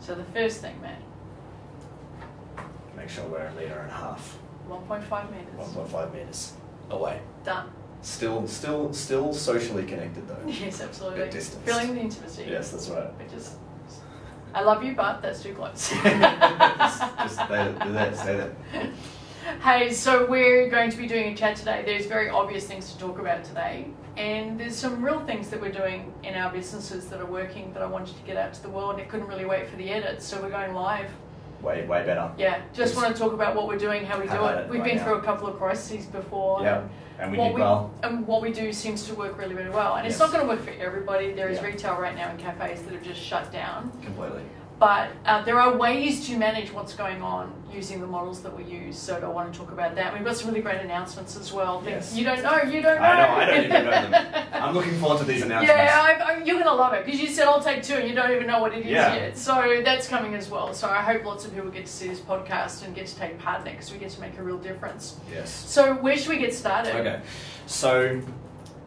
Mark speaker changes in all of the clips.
Speaker 1: So the first thing, Matt,
Speaker 2: Make sure we're a meter and a half,
Speaker 1: 1.5
Speaker 2: one
Speaker 1: meters.
Speaker 2: point five meters away.
Speaker 1: Done.
Speaker 2: Still, still, still socially connected though.
Speaker 1: Yes, absolutely.
Speaker 2: At distance.
Speaker 1: Feeling the intimacy.
Speaker 2: Yes, that's right.
Speaker 1: Which is, I love you, but that's too close.
Speaker 2: just, just say that, do that, say that.
Speaker 1: Hey, so we're going to be doing a chat today. There's very obvious things to talk about today, and there's some real things that we're doing in our businesses that are working that I wanted to get out to the world. I couldn't really wait for the edits, so we're going live.
Speaker 2: Way, way better.
Speaker 1: Yeah, just want to talk about what we're doing, how we do
Speaker 2: How about
Speaker 1: it.
Speaker 2: it
Speaker 1: We've
Speaker 2: right
Speaker 1: been
Speaker 2: now?
Speaker 1: through a couple of crises before.
Speaker 2: Yeah, and we
Speaker 1: what
Speaker 2: did well.
Speaker 1: And what we do seems to work really, really well. And it's
Speaker 2: Yes.
Speaker 1: not going to work for everybody. There is
Speaker 2: Yeah.
Speaker 1: retail right now in cafes that have just shut down.
Speaker 2: Completely.
Speaker 1: But uh, there are ways to manage what's going on using the models that we use. So I want to talk about that. We've got some really great announcements as well. Things
Speaker 2: Yes.
Speaker 1: you don't know, you don't know.
Speaker 2: I know, I don't even know them. I'm looking forward to these announcements.
Speaker 1: yeah, I, I, you're gonna love it because you said I'll take two, and you don't even know what it is
Speaker 2: Yeah.
Speaker 1: yet. So that's coming as well. So I hope lots of people get to see this podcast and get to take part in it because we get to make a real difference.
Speaker 2: Yes.
Speaker 1: So where should we get started?
Speaker 2: Okay, so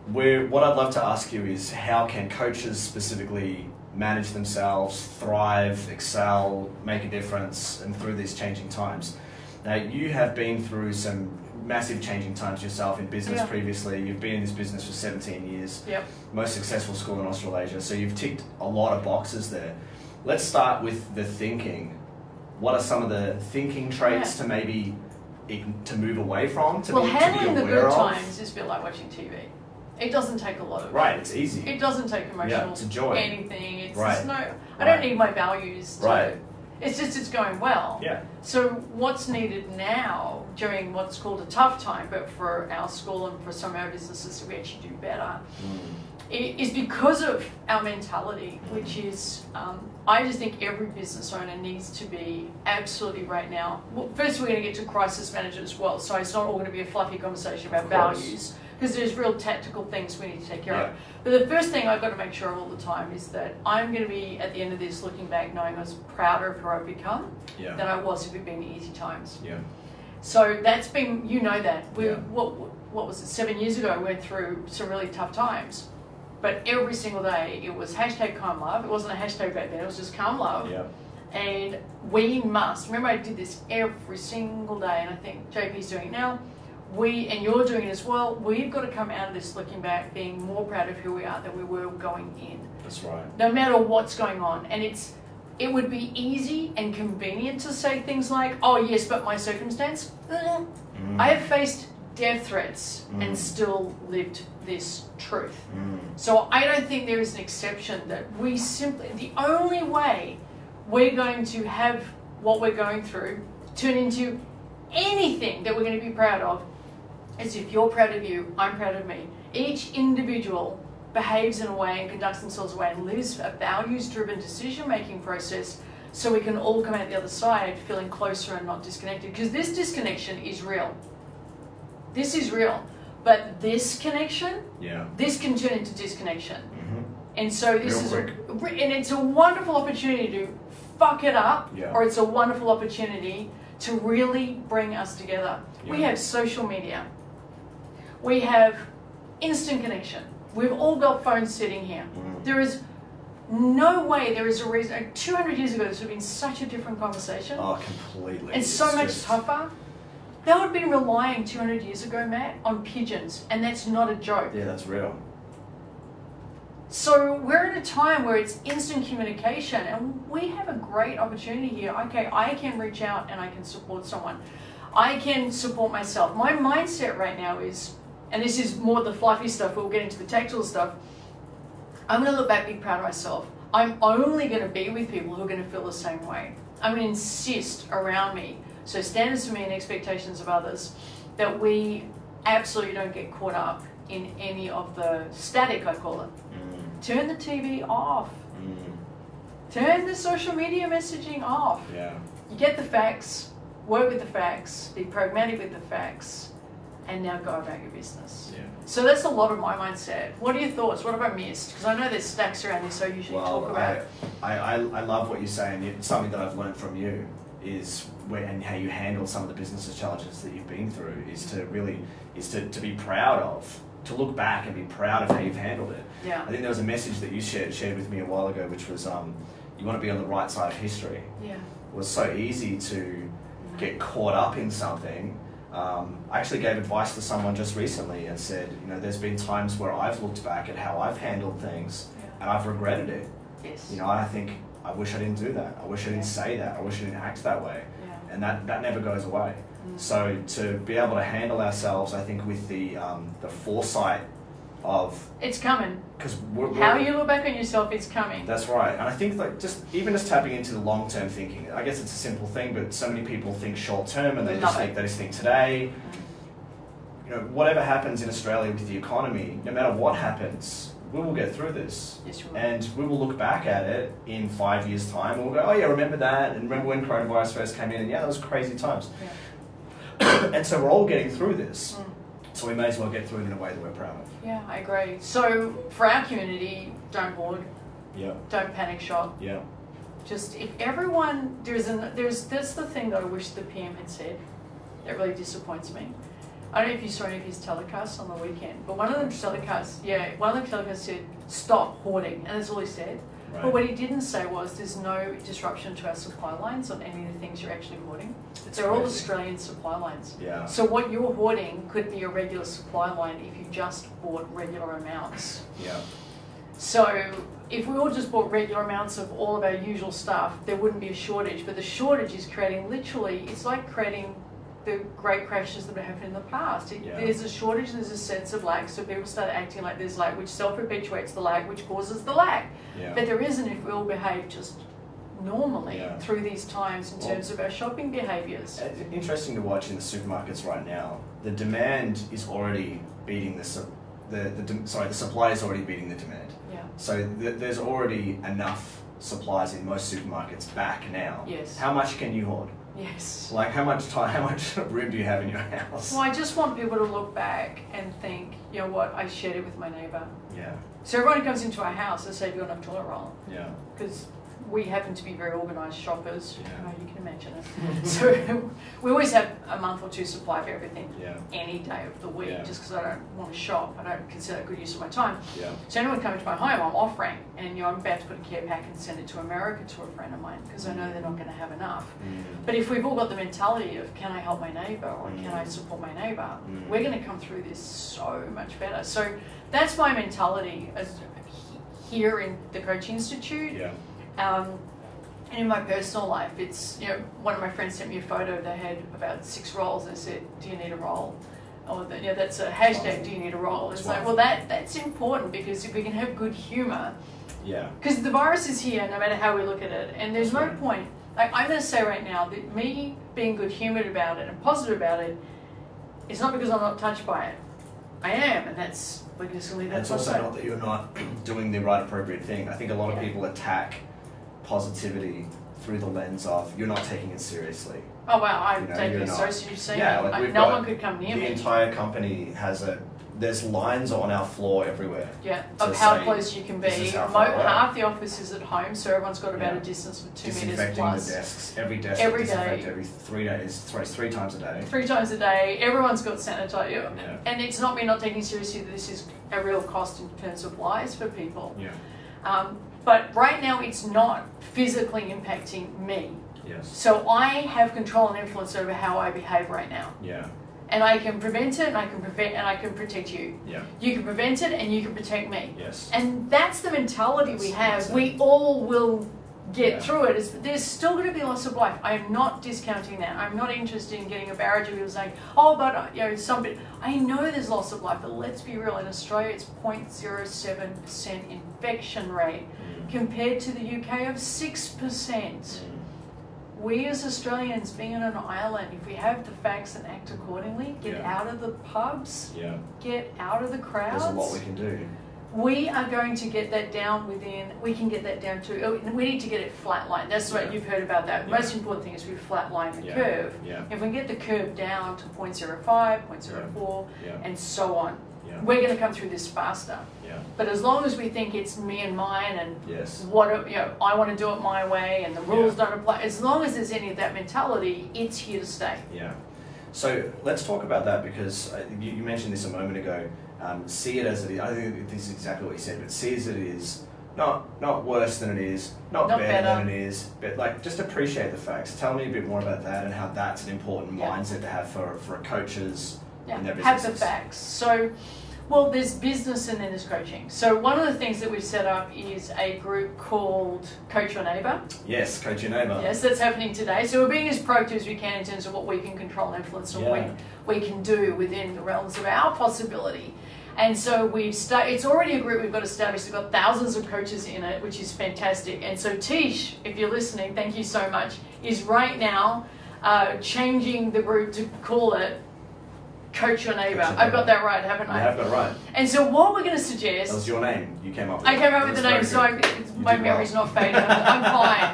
Speaker 2: we're, what I'd love to ask you is how can coaches specifically manage themselves, thrive, excel, make a difference, and through these changing times? Now, you have been through some massive changing times yourself in business
Speaker 1: Yeah.
Speaker 2: previously. You've been in this business for 17 years,
Speaker 1: Yep.
Speaker 2: most successful school in Australasia, so you've ticked a lot of boxes there. Let's start with the thinking. What are some of the thinking traits to maybe ign- to move away from, to,
Speaker 1: well,
Speaker 2: be, to be
Speaker 1: handling the
Speaker 2: aware
Speaker 1: good
Speaker 2: of?
Speaker 1: times is a bit like watching TV. It doesn't take a lot of
Speaker 2: Right, it's easy.
Speaker 1: It doesn't take emotional
Speaker 2: Yeah, it's a joy.
Speaker 1: anything. It's
Speaker 2: Right.
Speaker 1: just no. I don't
Speaker 2: Right.
Speaker 1: need my values. To,
Speaker 2: Right.
Speaker 1: It's just it's going well.
Speaker 2: Yeah.
Speaker 1: So what's needed now during what's called a tough time, but for our school and for some of our businesses that we actually do better,
Speaker 2: Mm.
Speaker 1: i- is because of our mentality, which is um, I just think every business owner needs to be absolutely right now. Well, first, we're going to get to crisis management as well, so it's not all going to be a fluffy conversation about
Speaker 2: Of course.
Speaker 1: values because there's real tactical things we need to take care of. But the first thing I've got to make sure of all the time is that I'm going to be at the end of this looking back, knowing I was prouder of who I've become
Speaker 2: Yeah.
Speaker 1: than I was if it'd been easy times.
Speaker 2: Yeah.
Speaker 1: So that's been, you know, that we
Speaker 2: Yeah.
Speaker 1: what what was it seven years ago? Went through some really tough times, but every single day it was hashtag calm love. It wasn't a hashtag back then. It was just calm love.
Speaker 2: Yeah.
Speaker 1: And we must remember I did this every single day, and I think JP's doing it now. We and you're doing it as well. We've got to come out of this looking back, being more proud of who we are than we were going in
Speaker 2: That's right.
Speaker 1: no matter what's going on. And it's it would be easy and convenient to say things like, "Oh yes, but my circumstance." Eh. I have faced death threats
Speaker 2: Mm.
Speaker 1: and still lived this truth.
Speaker 2: Mm.
Speaker 1: So I don't think there is an exception that we simply the only way we're going to have what we're going through turn into anything that we're going to be proud of is if you're proud of you, I'm proud of me. Each individual behaves in a way and conducts themselves in a way and lives a values driven decision making process so we can all come out the other side feeling closer and not disconnected because this disconnection is real. This is real. But this connection
Speaker 2: Yeah.
Speaker 1: this can turn into disconnection.
Speaker 2: Mhm.
Speaker 1: And so this
Speaker 2: Real
Speaker 1: is, a, and it's a wonderful opportunity to fuck it up,
Speaker 2: Yeah.
Speaker 1: or it's a wonderful opportunity to really bring us together. We
Speaker 2: Yeah.
Speaker 1: have social media, we have instant connection. We've all got phones sitting here.
Speaker 2: Mm.
Speaker 1: There is no way there is a reason. 200 years ago, this would have been such a different conversation
Speaker 2: Oh, completely.
Speaker 1: and so much
Speaker 2: just-
Speaker 1: tougher. They would have been relying 200 years ago, Matt, on pigeons, and that's not a joke.
Speaker 2: Yeah, that's real.
Speaker 1: So we're in a time where it's instant communication, and we have a great opportunity here. Okay, I can reach out and I can support someone. I can support myself. My mindset right now is, and this is more the fluffy stuff. but We'll get into the tactile stuff. I'm going to look back, be proud of myself. I'm only going to be with people who are going to feel the same way. I'm going to insist around me. So standards for me and expectations of others that we absolutely don't get caught up in any of the static, I call it.
Speaker 2: Mm.
Speaker 1: Turn the TV off.
Speaker 2: Mm.
Speaker 1: Turn the social media messaging off.
Speaker 2: Yeah.
Speaker 1: You get the facts, work with the facts, be pragmatic with the facts, and now go about your business.
Speaker 2: Yeah.
Speaker 1: So that's a lot of my mindset. What are your thoughts? What have I missed? Because I know there's stacks around this, so I usually talk
Speaker 2: Well,
Speaker 1: about.
Speaker 2: I, I, I, I love what you're saying. It's something that I've learned from you is where and how you handle some of the business challenges that you've been through is to really is to, to be proud of to look back and be proud of how you've handled it.
Speaker 1: Yeah.
Speaker 2: I think there was a message that you shared shared with me a while ago, which was um, you want to be on the right side of history.
Speaker 1: Yeah.
Speaker 2: It was so easy to
Speaker 1: Mm-hmm.
Speaker 2: get caught up in something. Um, I actually gave advice to someone just recently and said, you know, there's been times where I've looked back at how I've handled things
Speaker 1: Yeah.
Speaker 2: and I've regretted it.
Speaker 1: Yes.
Speaker 2: You know, and I think, I wish I didn't do that. I wish I
Speaker 1: Yeah.
Speaker 2: didn't say that. I wish I didn't act that way.
Speaker 1: yeah.
Speaker 2: And that, that never goes away.
Speaker 1: Mm.
Speaker 2: So to be able to handle ourselves, I think with the, um, the foresight of,
Speaker 1: Mm. It's coming.
Speaker 2: because we're, we're
Speaker 1: How you look back on yourself is coming.
Speaker 2: that's right. And I think like just even just tapping into the long term thinking, I guess it's a simple thing, but so many people think short term and they just
Speaker 1: Love it.
Speaker 2: think they just think today.
Speaker 1: Mm.
Speaker 2: You know, whatever happens in Australia with the economy, no matter what happens, we will get through this.
Speaker 1: Yes, you will.
Speaker 2: And we will look back at it in five years' time and we'll go, Oh yeah, remember that and remember when coronavirus first came in and yeah, that was crazy times.
Speaker 1: Yeah.
Speaker 2: and so we're all getting through this.
Speaker 1: Mm.
Speaker 2: So we may as well get through it in a way that we're proud of.
Speaker 1: Yeah, I agree. So for our community, don't hoard,
Speaker 2: Yeah.
Speaker 1: don't panic shop.
Speaker 2: Yeah.
Speaker 1: just if everyone there's an there's that's the thing that I wish the PM had said. That really disappoints me. I don't know if you saw any of his telecasts on the weekend, but one of them telecasts, yeah, one of them telecasts said, "Stop hoarding," and that's all he said. But what he didn't say was, "There's no disruption to our supply lines on any of the things you're actually hoarding. They're all
Speaker 2: crazy.
Speaker 1: Australian supply lines.
Speaker 2: Yeah.
Speaker 1: So what you're hoarding could be a regular supply line if you just bought regular amounts."
Speaker 2: Yeah.
Speaker 1: So if we all just bought regular amounts of all of our usual stuff, there wouldn't be a shortage. But the shortage is creating literally, it's like creating the great crashes that have happened in the past. It,
Speaker 2: Yeah.
Speaker 1: There's a shortage, there's a sense of lack, so people start acting like there's lack, which self perpetuates the lack, which causes the lack.
Speaker 2: Yeah.
Speaker 1: But there isn't if we all behave just normally
Speaker 2: Yeah.
Speaker 1: through these times in
Speaker 2: Well-
Speaker 1: terms of our shopping behaviours.
Speaker 2: It's Uh, interesting to watch in the supermarkets right now. The demand is already beating the su- the, the dem- sorry the supply is already beating the demand.
Speaker 1: Yeah.
Speaker 2: So th- there's already enough supplies in most supermarkets back now.
Speaker 1: Yes.
Speaker 2: How much can you hoard?
Speaker 1: Yes.
Speaker 2: Like how much time? How much room do you have in your house?
Speaker 1: Well, I just want people to look back and think, you know what, I shared it with my neighbour.
Speaker 2: Yeah.
Speaker 1: So everyone who comes into our house, they say, "Do you want a toilet roll?"
Speaker 2: Yeah.
Speaker 1: Because we happen to be very organised shoppers.
Speaker 2: Yeah.
Speaker 1: Oh, you can imagine it. so we always have a month or two supply of everything,
Speaker 2: Yeah.
Speaker 1: any day of the week,
Speaker 2: Yeah.
Speaker 1: just because I don't want to shop. I don't consider it good use of my time.
Speaker 2: Yeah.
Speaker 1: So anyone coming to my home, I'm offering, and you know, I'm about to put a care pack and send it to America to a friend of mine because I know they're not going to have enough.
Speaker 2: Mm.
Speaker 1: But if we've all got the mentality of can I help my neighbour or
Speaker 2: Mm.
Speaker 1: can I support my neighbour,
Speaker 2: Mm.
Speaker 1: we're going to come through this so much better. So that's my mentality as he- here in the Coach Institute.
Speaker 2: Yeah.
Speaker 1: Um, and in my personal life, it's you know one of my friends sent me a photo. They had about six rolls. and said, "Do you need a roll?" Or that you know, that's a hashtag. Do you need a roll? It's like, well, that that's important because if we can have good humour,
Speaker 2: Yeah.
Speaker 1: because the virus is here no matter how we look at it, and there's no
Speaker 2: Right.
Speaker 1: point. Like, I'm going to say right now that me being good humoured about it and positive about it, it's not because I'm not touched by it. I am, and that's, we're just going to leave that
Speaker 2: It's also
Speaker 1: aside.
Speaker 2: not that you're not doing the right appropriate thing. I think a lot of
Speaker 1: Yeah.
Speaker 2: people attack positivity through the lens of you're not taking it seriously.
Speaker 1: Oh, wow, I'm
Speaker 2: you know,
Speaker 1: taking
Speaker 2: you're
Speaker 1: it so
Speaker 2: not-
Speaker 1: seriously.
Speaker 2: Yeah, like,
Speaker 1: I-
Speaker 2: we've
Speaker 1: no
Speaker 2: got
Speaker 1: one could come near
Speaker 2: the
Speaker 1: me.
Speaker 2: entire company has a there's lines on our floor everywhere
Speaker 1: yeah,
Speaker 2: to
Speaker 1: of how
Speaker 2: say,
Speaker 1: close you can be.
Speaker 2: this is how
Speaker 1: Mo-
Speaker 2: far away.
Speaker 1: half the office is at home, so everyone's got about
Speaker 2: Yeah.
Speaker 1: a distance of two metres
Speaker 2: disinfecting the
Speaker 1: plus.
Speaker 2: desks every desk
Speaker 1: Every
Speaker 2: is disinfected
Speaker 1: day.
Speaker 2: every three days three, three times a day
Speaker 1: Three times a day, everyone's got sanitizer.
Speaker 2: Yeah.
Speaker 1: And it's not me not taking seriously that this is a real cost in terms of lives for people.
Speaker 2: yeah
Speaker 1: Um, but right now, it's not physically impacting me.
Speaker 2: yes
Speaker 1: So I have control and influence over how I behave right now.
Speaker 2: yeah
Speaker 1: And I can prevent it, and I can prevent, and I can protect you.
Speaker 2: yeah
Speaker 1: You can prevent it, and you can protect me.
Speaker 2: yes
Speaker 1: And that's the mentality we
Speaker 2: That's-
Speaker 1: have. We all will get
Speaker 2: Yeah.
Speaker 1: through it. It's, there's still going to be loss of life. I am not discounting that. I'm not interested in getting a barrage of people saying, "Oh, but uh, you know, somebody." I know there's loss of life, but let's be real. In Australia, it's 0.07 percent infection rate
Speaker 2: Mm.
Speaker 1: compared to the UK of 6%.
Speaker 2: Mm.
Speaker 1: We as Australians, being on an island, if we have the facts and act accordingly, get
Speaker 2: Yeah.
Speaker 1: out of the pubs,
Speaker 2: yeah
Speaker 1: get out of the crowds,
Speaker 2: there's a lot we can do
Speaker 1: we are going to get that down within, we can get that down to, oh, we need to get it flatlined. That's what
Speaker 2: Yeah.
Speaker 1: you've heard about that.
Speaker 2: Yeah.
Speaker 1: Most important thing is we flatline the
Speaker 2: yeah
Speaker 1: curve.
Speaker 2: yeah
Speaker 1: If we can get the curve down to 0.05, 0.04,
Speaker 2: yeah
Speaker 1: and so on,
Speaker 2: yeah
Speaker 1: we're going to come through this faster.
Speaker 2: yeah
Speaker 1: But as long as we think it's me and mine and
Speaker 2: yes
Speaker 1: what are- you know, I want to do it my way, and the rules don't apply. As long as there's any of that mentality, it's here to stay.
Speaker 2: yeah so let's talk about that because uh, you, you mentioned this a moment ago um, see it as it is I think this is exactly what you said but see as it is Not not worse than it is, not,
Speaker 1: Not
Speaker 2: better,
Speaker 1: better.
Speaker 2: than it is, but like just appreciate the facts. Tell me a bit more about that and how that's an important
Speaker 1: Yeah.
Speaker 2: mindset to have for for coaches
Speaker 1: Yeah,
Speaker 2: in their
Speaker 1: have the
Speaker 2: businesses.
Speaker 1: facts. So, well, there's business and then there's coaching. So, one of the things that we've set up is a group called Coach Your Neighbor.
Speaker 2: Yes, coach your neighbor.
Speaker 1: Yes, that's happening today. So, we're being as proactive as we can in terms of what we can control and influence and
Speaker 2: Yeah.
Speaker 1: what we can do within the realms of our possibility. And so we've sta it's already a group we've got established. We've got thousands of coaches in it, which is fantastic. And so Tish, if you're listening, thank you so much, is right now uh, changing the group to call it Coach Your Neighbor.
Speaker 2: Coach Your
Speaker 1: I've got
Speaker 2: Neighbour.
Speaker 1: that right, haven't
Speaker 2: You
Speaker 1: I?
Speaker 2: have got it right.
Speaker 1: And so what we're going to
Speaker 2: That was
Speaker 1: suggest,
Speaker 2: your name. You came up with
Speaker 1: I
Speaker 2: it.
Speaker 1: came up
Speaker 2: It
Speaker 1: with
Speaker 2: was
Speaker 1: the name,
Speaker 2: very
Speaker 1: so
Speaker 2: good.
Speaker 1: I'm, it's,
Speaker 2: You
Speaker 1: my
Speaker 2: did
Speaker 1: memory's
Speaker 2: well.
Speaker 1: not fading. I'm, I'm fine.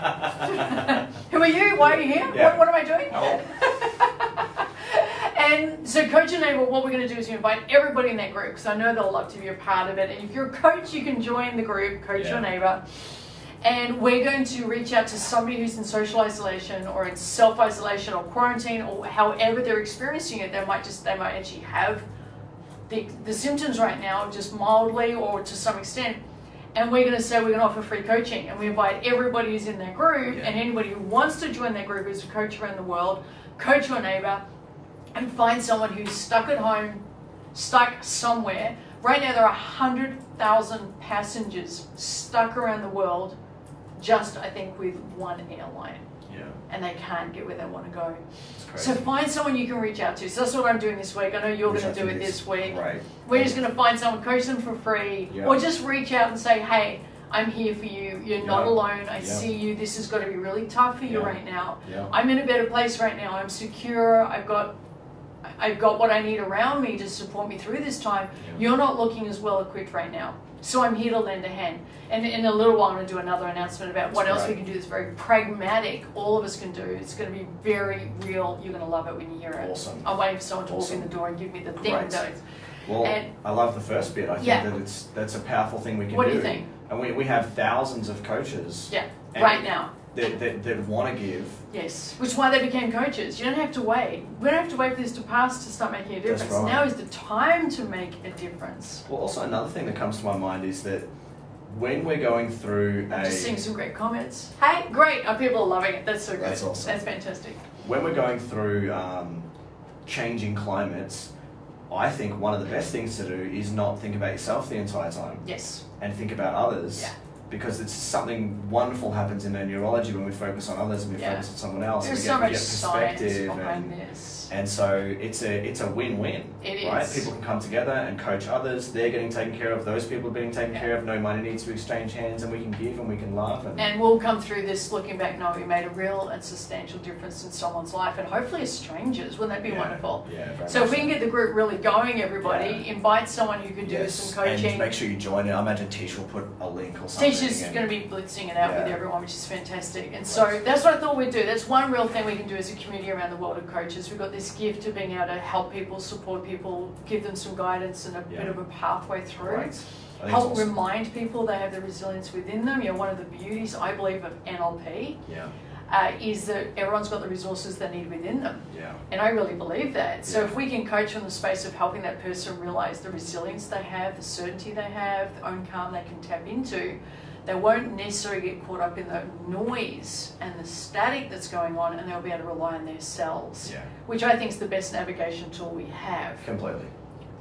Speaker 1: Who are you? Why are you here? What,
Speaker 2: Yeah.
Speaker 1: what am I doing?
Speaker 2: Oh.
Speaker 1: and so, Coach Enable, what we're going to do is we invite everybody in that group because I know they'll love to be a part of it. And if you're a coach, you can join the group, Coach
Speaker 2: Yeah.
Speaker 1: Your Neighbor. And we're going to reach out to somebody who's in social isolation or in self isolation or quarantine or however they're experiencing it. They might just, they might actually have the, the symptoms right now, just mildly or to some extent. And we're going to say we're going to offer free coaching. And we invite everybody who's in that group
Speaker 2: Yeah.
Speaker 1: and anybody who wants to join that group who's a coach around the world, coach your neighbor, and find someone who's stuck at home, stuck somewhere. Right now, there are 100,000 passengers stuck around the world, just I think with one airline,
Speaker 2: Yeah,
Speaker 1: and they can't get where they want to go.
Speaker 2: it's
Speaker 1: So
Speaker 2: crazy.
Speaker 1: find someone you can reach out to. So that's what I'm doing this week. I know you're
Speaker 2: Which
Speaker 1: going
Speaker 2: I
Speaker 1: to do it
Speaker 2: think is
Speaker 1: this week.
Speaker 2: Great.
Speaker 1: We're just going to find someone, coach them for free,
Speaker 2: Yeah.
Speaker 1: or just reach out and say, hey, I'm here for you. You're not
Speaker 2: Yeah.
Speaker 1: alone. I
Speaker 2: Yeah.
Speaker 1: see you. This has got to be really tough for you
Speaker 2: Yeah.
Speaker 1: right now.
Speaker 2: Yeah.
Speaker 1: I'm in a better place right now. I'm secure. I've got I- I've got what I need around me to support me through this time.
Speaker 2: Yeah.
Speaker 1: You're not looking as well equipped right now. So I'm here to lend a hand. And in a little while I'm gonna do another announcement about what
Speaker 2: That's
Speaker 1: else we
Speaker 2: right.
Speaker 1: can do that's very pragmatic, all of us can do. It's gonna be very real. You're gonna love it when you hear it.
Speaker 2: Awesome.
Speaker 1: I'm waiting for someone to walk in
Speaker 2: Awesome.
Speaker 1: the door and give me the thing
Speaker 2: Great.
Speaker 1: that
Speaker 2: Well,
Speaker 1: And-
Speaker 2: I love the first bit. I think
Speaker 1: Yeah.
Speaker 2: that it's that's a powerful thing we can
Speaker 1: What do
Speaker 2: do.
Speaker 1: you think?
Speaker 2: And we, we have thousands of coaches
Speaker 1: yeah,
Speaker 2: And-
Speaker 1: right now.
Speaker 2: that, that, that want to give.
Speaker 1: Yes, which is why they became coaches. You don't have to wait. We don't have to wait for this to pass to start making a
Speaker 2: That's
Speaker 1: difference.
Speaker 2: right.
Speaker 1: Now is the time to make a difference.
Speaker 2: Well, also another thing that comes to my mind is that when we're going through a
Speaker 1: Just seeing some great comments. Hey, great! Oh, people are loving it. That's so good.
Speaker 2: That's awesome.
Speaker 1: That's fantastic.
Speaker 2: when we're going through um, changing climates, I think one of the best things to do is not think about yourself the entire time.
Speaker 1: Yes.
Speaker 2: and think about others
Speaker 1: Yeah.
Speaker 2: because it's something wonderful happens in our neurology when we focus on others and we
Speaker 1: Yeah.
Speaker 2: focus on someone else
Speaker 1: There's
Speaker 2: we
Speaker 1: so
Speaker 2: get,
Speaker 1: much
Speaker 2: we get
Speaker 1: science
Speaker 2: perspective
Speaker 1: behind
Speaker 2: and,
Speaker 1: this.
Speaker 2: and so it's a it's a win-win
Speaker 1: It
Speaker 2: right
Speaker 1: is.
Speaker 2: people can come together and coach others they're getting taken care of those people are being taken
Speaker 1: Yeah.
Speaker 2: care of no money needs to exchange hands and we can give and we can laugh and,
Speaker 1: And we'll come through this looking back, knowing we made a real and substantial difference in someone's life, and hopefully a stranger's. Wouldn't that be
Speaker 2: yeah,
Speaker 1: wonderful?
Speaker 2: yeah very
Speaker 1: So
Speaker 2: much
Speaker 1: if we can get the group really going, everybody,
Speaker 2: Yeah.
Speaker 1: invite someone who can do
Speaker 2: yes.
Speaker 1: some
Speaker 2: and
Speaker 1: coaching.
Speaker 2: make sure you join it I imagine Tish will put a link or something
Speaker 1: Teachers
Speaker 2: and-
Speaker 1: going to be blitzing it out with
Speaker 2: Yeah.
Speaker 1: everyone, which is fantastic. And so
Speaker 2: Right.
Speaker 1: that's what I thought we'd do. That's one real thing we can do as a community around the world of coaches. We've got this gift of being able to help people, support people, give them some guidance and a bit
Speaker 2: Yeah.
Speaker 1: of a pathway through.
Speaker 2: right. I think it's
Speaker 1: Help
Speaker 2: awesome.
Speaker 1: remind people they have the resilience within them. You know, one of the beauties I believe of NLP
Speaker 2: yeah
Speaker 1: uh, is that everyone's got the resources they need within them.
Speaker 2: yeah
Speaker 1: And I really believe that. So
Speaker 2: Yeah.
Speaker 1: if we can coach on the space of helping that person realize the resilience they have, the certainty they have, the own calm they can tap into, they won't necessarily get caught up in the noise and the static that's going on, and they'll be able to rely on their selves,
Speaker 2: yeah
Speaker 1: which I think is the best navigation tool we have.
Speaker 2: completely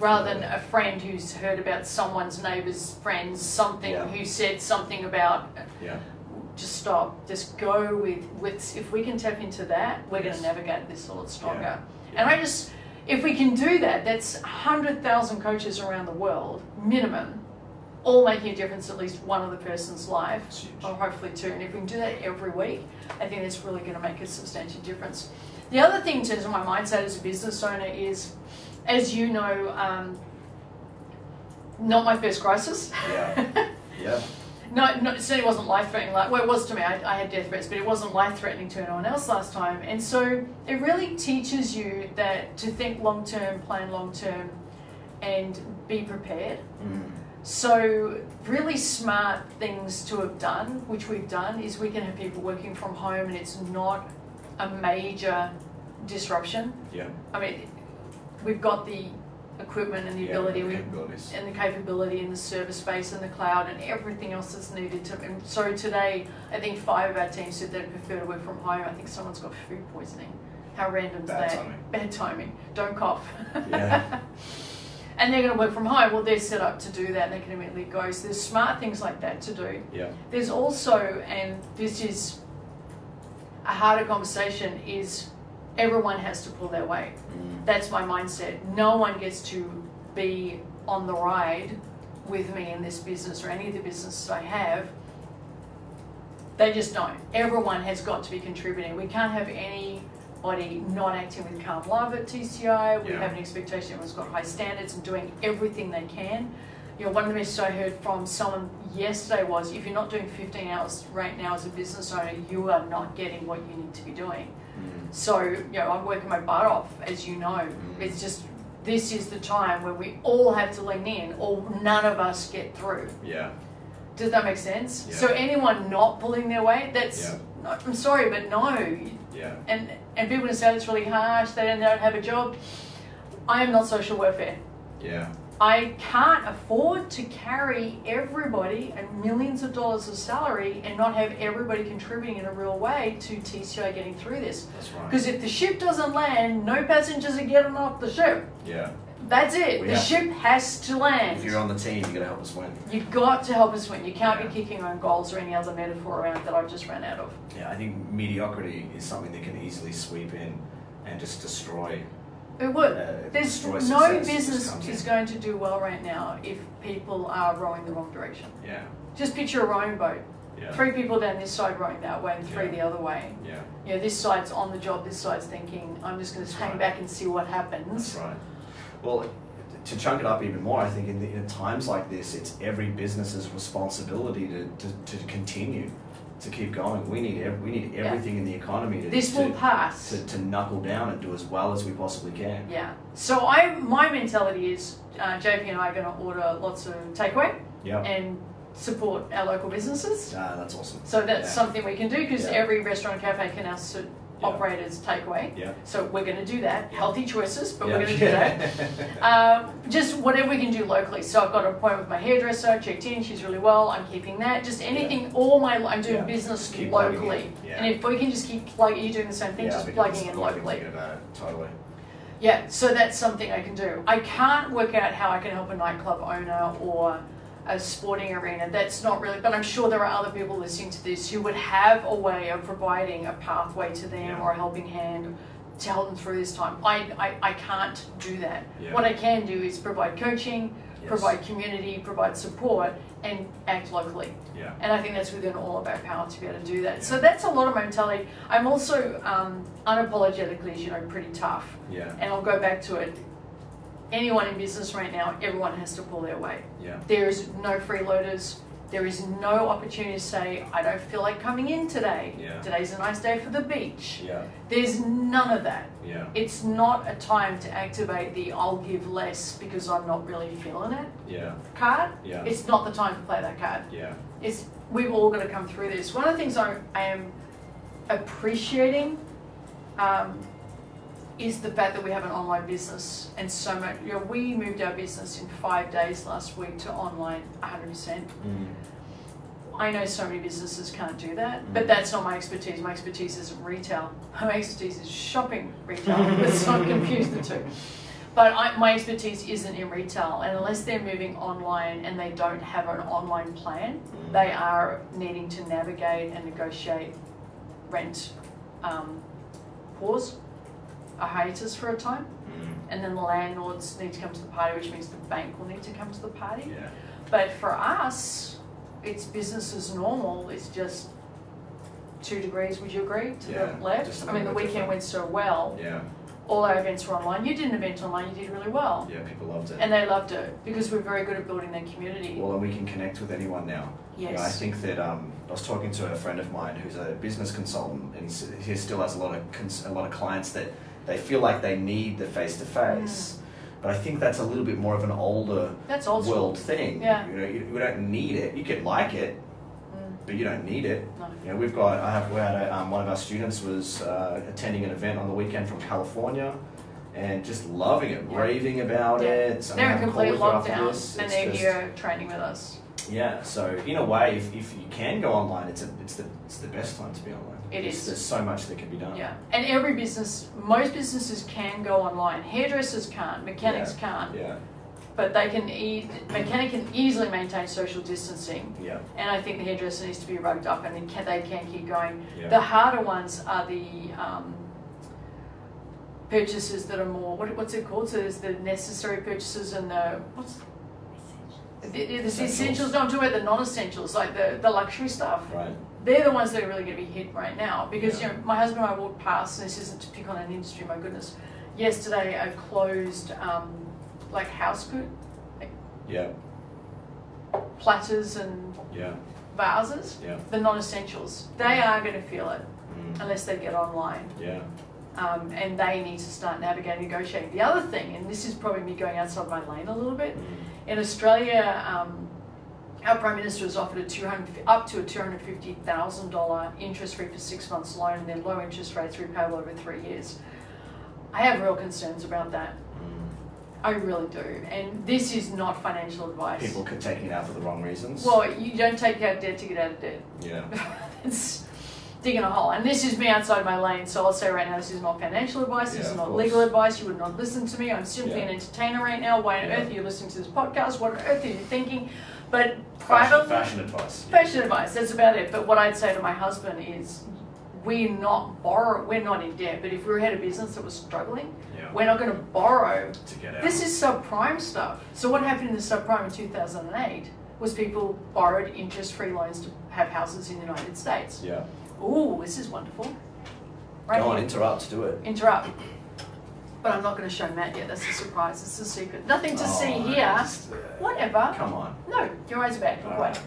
Speaker 1: Rather than a friend who's heard about someone's neighbour's friend's something
Speaker 2: Yeah.
Speaker 1: who said something about
Speaker 2: yeah
Speaker 1: just stop. Just go with with. If we can tap into that, we're
Speaker 2: Yes.
Speaker 1: going to navigate this a lot stronger.
Speaker 2: Yeah.
Speaker 1: And I just, if we can do that, that's hundred thousand coaches around the world minimum, all making a difference at least one other person's life,
Speaker 2: It's huge.
Speaker 1: or hopefully two. And if we can do that every week, I think that's really going to make a substantial difference. The other thing in terms of my mindset as a business owner is, as you know, um, not my first crisis.
Speaker 2: Yeah. yeah
Speaker 1: No, no, it certainly wasn't life threatening. Like, well, it was to me. I, I had death threats, but it wasn't life threatening to anyone else last time. And so it really teaches you that to think long term, plan long term, and be prepared.
Speaker 2: Mm.
Speaker 1: So really smart things to have done, which we've done, is we can have people working from home, and it's not a major disruption.
Speaker 2: yeah
Speaker 1: I mean, we've got the equipment and the
Speaker 2: Yeah,
Speaker 1: ability we
Speaker 2: capabilities.
Speaker 1: and the capability in the server space and the cloud and everything else that's needed to. And so today, I think five of our teams said they'd prefer to work from home. I think someone's got food poisoning. How random's
Speaker 2: Bad
Speaker 1: that?
Speaker 2: timing.
Speaker 1: Bad timing. Don't cough.
Speaker 2: Yeah.
Speaker 1: and they're going to work from home. Well, they're set up to do that and they can immediately go. So there's smart things like that to do.
Speaker 2: Yeah.
Speaker 1: There's also, and this is a harder conversation, is everyone has to pull their weight
Speaker 2: Mm.
Speaker 1: that's my mindset. No one gets to be on the ride with me in this business or any of the businesses I have. They just don't. Everyone has got to be contributing. We can't have anybody not acting with calm love at TCI. We
Speaker 2: Yeah.
Speaker 1: have an expectation everyone's got high standards and doing everything they can. You know, one of the messages I heard from someone yesterday was if you're not doing 15 hours right now as a business owner, you are not getting what you need to be doing.
Speaker 2: Mm.
Speaker 1: So, you know, I'm working my butt off, as you know.
Speaker 2: Mm.
Speaker 1: It's just, this is the time when we all have to lean in or none of us get through.
Speaker 2: Yeah.
Speaker 1: Does that make sense?
Speaker 2: Yeah.
Speaker 1: So, anyone not pulling their weight, that's,
Speaker 2: Yeah.
Speaker 1: no, I'm sorry, but no.
Speaker 2: Yeah.
Speaker 1: And, and people who say it's really harsh, they don't have a job. I am not social welfare.
Speaker 2: Yeah.
Speaker 1: I can't afford to carry everybody and millions of dollars of salary and not have everybody contributing in a real way to TCI getting through this.
Speaker 2: That's right.
Speaker 1: Because if the ship doesn't land, no passengers are getting off the ship.
Speaker 2: Yeah.
Speaker 1: That's it.
Speaker 2: We
Speaker 1: the
Speaker 2: have-
Speaker 1: ship has to
Speaker 2: If you're
Speaker 1: land.
Speaker 2: on the team, you're gonna help us win.
Speaker 1: You've got to help us win. You can't
Speaker 2: Yeah.
Speaker 1: be kicking on goals or any other metaphor around that I've just ran out of.
Speaker 2: Yeah, I think mediocrity is something that can easily sweep in and just destroy.
Speaker 1: It
Speaker 2: Uh,
Speaker 1: would. There's
Speaker 2: destroy
Speaker 1: no
Speaker 2: success. It just
Speaker 1: business
Speaker 2: comes
Speaker 1: is
Speaker 2: in.
Speaker 1: going to do well right now if people are rowing the wrong direction.
Speaker 2: Yeah.
Speaker 1: Just picture a rowing boat.
Speaker 2: Yeah.
Speaker 1: Three people down this side rowing that way and three
Speaker 2: Yeah.
Speaker 1: the other way.
Speaker 2: Yeah.
Speaker 1: You know, this side's on the job, this side's thinking, I'm just going to
Speaker 2: That's
Speaker 1: hang
Speaker 2: right.
Speaker 1: back and see what
Speaker 2: That's
Speaker 1: happens.
Speaker 2: right. Well, to chunk it up even more, I think in, the, in times like this, it's every business's responsibility to, to, to continue, to keep going. We need ev- we need
Speaker 1: Yeah.
Speaker 2: everything in the economy to,
Speaker 1: This will
Speaker 2: to,
Speaker 1: pass.
Speaker 2: to, to knuckle down and do as well as we possibly can.
Speaker 1: Yeah. So I my mentality is uh, JP and I are going to order lots of takeaway
Speaker 2: Yep.
Speaker 1: and support our local businesses.
Speaker 2: Ah, that's awesome.
Speaker 1: So that's
Speaker 2: Yeah.
Speaker 1: something we can do because
Speaker 2: Yeah.
Speaker 1: every restaurant and cafe can now s
Speaker 2: Yeah.
Speaker 1: operate as takeaway.
Speaker 2: Yeah.
Speaker 1: So we're going to do that. Healthy choices, but
Speaker 2: yeah.
Speaker 1: we're going to do that. Uh, just whatever we can do locally. So I've got an appointment with my hairdresser. Checked in. She's really well. I'm keeping that. Just anything. All my I'm doing
Speaker 2: Yeah.
Speaker 1: business
Speaker 2: Just keep plugging in.
Speaker 1: locally.
Speaker 2: Yeah.
Speaker 1: And if we can just keep plugging, you doing the same thing,
Speaker 2: yeah,
Speaker 1: just
Speaker 2: because
Speaker 1: plugging in
Speaker 2: I've been
Speaker 1: locally.
Speaker 2: thinking about it, uh, totally.
Speaker 1: Yeah, so that's something I can do. I can't work out how I can help a nightclub owner or a sporting arena. That's not really, but I'm sure there are other people listening to this who would have a way of providing a pathway to them
Speaker 2: Yeah.
Speaker 1: or a helping hand to help them through this time. I, I, I can't do that.
Speaker 2: Yeah.
Speaker 1: What I can do is provide coaching,
Speaker 2: Yes.
Speaker 1: provide community, provide support, and act locally.
Speaker 2: Yeah.
Speaker 1: And I think that's within all of our power to be able to do that.
Speaker 2: Yeah.
Speaker 1: So that's a lot of my mentality. I'm also um, unapologetically, as you know, pretty tough
Speaker 2: Yeah.
Speaker 1: and I'll go back to it. Anyone in business right now, everyone has to pull their weight.
Speaker 2: Yeah.
Speaker 1: There is no freeloaders. There is no opportunity to say, I don't feel like coming in today.
Speaker 2: Yeah.
Speaker 1: Today's a nice day for the beach.
Speaker 2: Yeah.
Speaker 1: There's none of that.
Speaker 2: Yeah.
Speaker 1: It's not a time to activate the I'll give less because I'm not really feeling it
Speaker 2: Yeah.
Speaker 1: card.
Speaker 2: Yeah.
Speaker 1: It's not the time to play that card
Speaker 2: Yeah.
Speaker 1: is we've all got to come through this. One of the things I, I am appreciating um, is the fact that we have an online business, and so much. You know, we moved our business in five days last week to online, 100. percent
Speaker 2: Mm.
Speaker 1: I know so many businesses can't do that,
Speaker 2: Mm.
Speaker 1: but that's not my expertise. My expertise isn't retail. My expertise is shopping retail. Let's not confuse the two. But I, my expertise isn't in retail, and unless they're moving online and they don't have an online plan,
Speaker 2: Mm.
Speaker 1: they are needing to navigate and negotiate rent um, pause, a hiatus for a time,
Speaker 2: Mm.
Speaker 1: and then the landlords need to come to the party, which means the bank will need to come to the party.
Speaker 2: Yeah.
Speaker 1: But for us, it's business as normal. It's just two degrees, would you agree, to
Speaker 2: Yeah,
Speaker 1: the left?
Speaker 2: just a
Speaker 1: I mean, the
Speaker 2: little bit
Speaker 1: weekend
Speaker 2: different.
Speaker 1: went so well.
Speaker 2: Yeah.
Speaker 1: All our events were online. You did an event online, you did really well.
Speaker 2: Yeah. People loved it.
Speaker 1: And they loved it because we're very good at building their community.
Speaker 2: Well, and we can connect with anyone now. You know, I
Speaker 1: Yes.
Speaker 2: think that um, I was talking to a friend of mine who's a business consultant, and he's, he still has a lot of cons- a lot of clients that they feel like they need the face to face. But I think that's a little bit more of an older
Speaker 1: That's old school.
Speaker 2: world thing.
Speaker 1: Yeah.
Speaker 2: You know, you, you don't need it. You could like it,
Speaker 1: Mm,
Speaker 2: but you don't need it.
Speaker 1: no.
Speaker 2: You know, we've got. I have. We had a, um, one of our students was uh, attending an event on the weekend from California. and just loving it,
Speaker 1: Yeah.
Speaker 2: raving about
Speaker 1: Yeah.
Speaker 2: it. I'm
Speaker 1: They're in
Speaker 2: having a call
Speaker 1: complete
Speaker 2: with her after
Speaker 1: lockdown
Speaker 2: this.
Speaker 1: and
Speaker 2: It's
Speaker 1: they're
Speaker 2: just-
Speaker 1: here training with us.
Speaker 2: Yeah, so in a way, if, if you can go online, it's a, it's the it's the best time to be online.
Speaker 1: It
Speaker 2: It's-
Speaker 1: is.
Speaker 2: There's so much that can be done.
Speaker 1: Yeah. And every business, most businesses can go online. Hairdressers can't, mechanics can't,
Speaker 2: Yeah.
Speaker 1: but they can e- mechanic can easily maintain social distancing.
Speaker 2: Yeah.
Speaker 1: And I think the hairdresser needs to be rugged up and then can, they can keep going.
Speaker 2: Yeah.
Speaker 1: The harder ones are the um, purchases that are more, what, what's it called? So there's the necessary purchases and the, what's the, the, the
Speaker 2: Essentials.
Speaker 1: essentials, don't do it, the non essentials, like the, the luxury stuff
Speaker 2: Right.
Speaker 1: they're the ones that are really going to be hit right now because
Speaker 2: Yeah.
Speaker 1: you know my husband and I walked past, and this isn't to pick on an industry. My goodness, yesterday a closed um, like house good
Speaker 2: Yeah.
Speaker 1: platters and
Speaker 2: Yeah.
Speaker 1: vases,
Speaker 2: Yeah.
Speaker 1: the non-essentials. They are going to feel it
Speaker 2: Mm.
Speaker 1: unless they get online,
Speaker 2: Yeah.
Speaker 1: um, and they need to start navigating, negotiating. The other thing, and this is probably me going outside my lane a little bit,
Speaker 2: Mm.
Speaker 1: in Australia. Um, our prime minister has offered a 200, up to a $250,000 interest-free for six months loan and then low interest rates repayable over three years. I have real concerns about that.
Speaker 2: Mm.
Speaker 1: I really do. And this is not financial advice.
Speaker 2: People could take it out for the wrong reasons.
Speaker 1: Well, you don't take out debt to get out of debt.
Speaker 2: yeah.
Speaker 1: it's digging a hole. And this is me outside my lane, so I'll say right now this is not financial advice, this
Speaker 2: Yeah,
Speaker 1: is
Speaker 2: of
Speaker 1: not
Speaker 2: course.
Speaker 1: legal advice, you would not listen to me. I'm simply an
Speaker 2: Yeah.
Speaker 1: entertainer right now. Why on
Speaker 2: Yeah.
Speaker 1: earth are you listening to this podcast? What on earth are you thinking? But
Speaker 2: Fashion,
Speaker 1: privately
Speaker 2: fashion advice.
Speaker 1: Fashion advice, that's about it. But what I'd say to my husband is we're not borrow we're not in debt, but if we had a business that was struggling,
Speaker 2: Yeah.
Speaker 1: we're not gonna borrow.
Speaker 2: To get out.
Speaker 1: This is subprime stuff. So what happened in the subprime in two thousand and eight was people borrowed interest free loans to have houses in the United States.
Speaker 2: yeah.
Speaker 1: Ooh, this is wonderful. Right
Speaker 2: Go on,
Speaker 1: here.
Speaker 2: interrupt. Do it.
Speaker 1: interrupt. But I'm not gonna show Matt yet, that's a surprise, it's a secret. Nothing to see
Speaker 2: Oh,
Speaker 1: here.
Speaker 2: just, uh,
Speaker 1: Whatever.
Speaker 2: Come on.
Speaker 1: No, your eyes are back. Look
Speaker 2: Alright.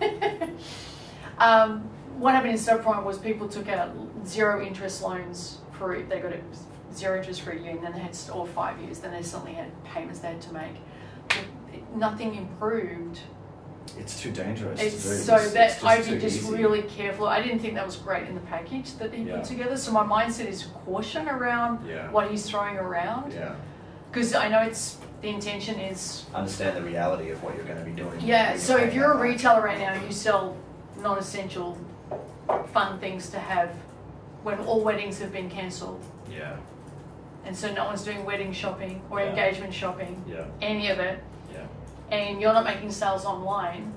Speaker 1: away. um, what happened in subprime was people took out zero interest loans for they got it zero interest for a year, and then they had or five years. Then they suddenly had payments they had to make. Nothing improved.
Speaker 2: It's too dangerous.
Speaker 1: It's
Speaker 2: to do.
Speaker 1: so
Speaker 2: It's-
Speaker 1: that
Speaker 2: it's just
Speaker 1: I'd be
Speaker 2: too
Speaker 1: just
Speaker 2: easy.
Speaker 1: really careful. I didn't think that was great in the package that he
Speaker 2: Yeah.
Speaker 1: put together. So my mindset is caution around
Speaker 2: Yeah.
Speaker 1: what he's throwing around
Speaker 2: Yeah.
Speaker 1: because I know it's the intention is
Speaker 2: Understand the reality of what you're going to be doing.
Speaker 1: Yeah,
Speaker 2: You're
Speaker 1: so if
Speaker 2: paying
Speaker 1: you're
Speaker 2: that
Speaker 1: a
Speaker 2: back.
Speaker 1: retailer right now and you sell non essential fun things to have when all weddings have been cancelled
Speaker 2: Yeah.
Speaker 1: and so no one's doing wedding shopping or
Speaker 2: Yeah.
Speaker 1: engagement shopping,
Speaker 2: Yeah.
Speaker 1: any of it,
Speaker 2: Yeah.
Speaker 1: and you're not making sales online,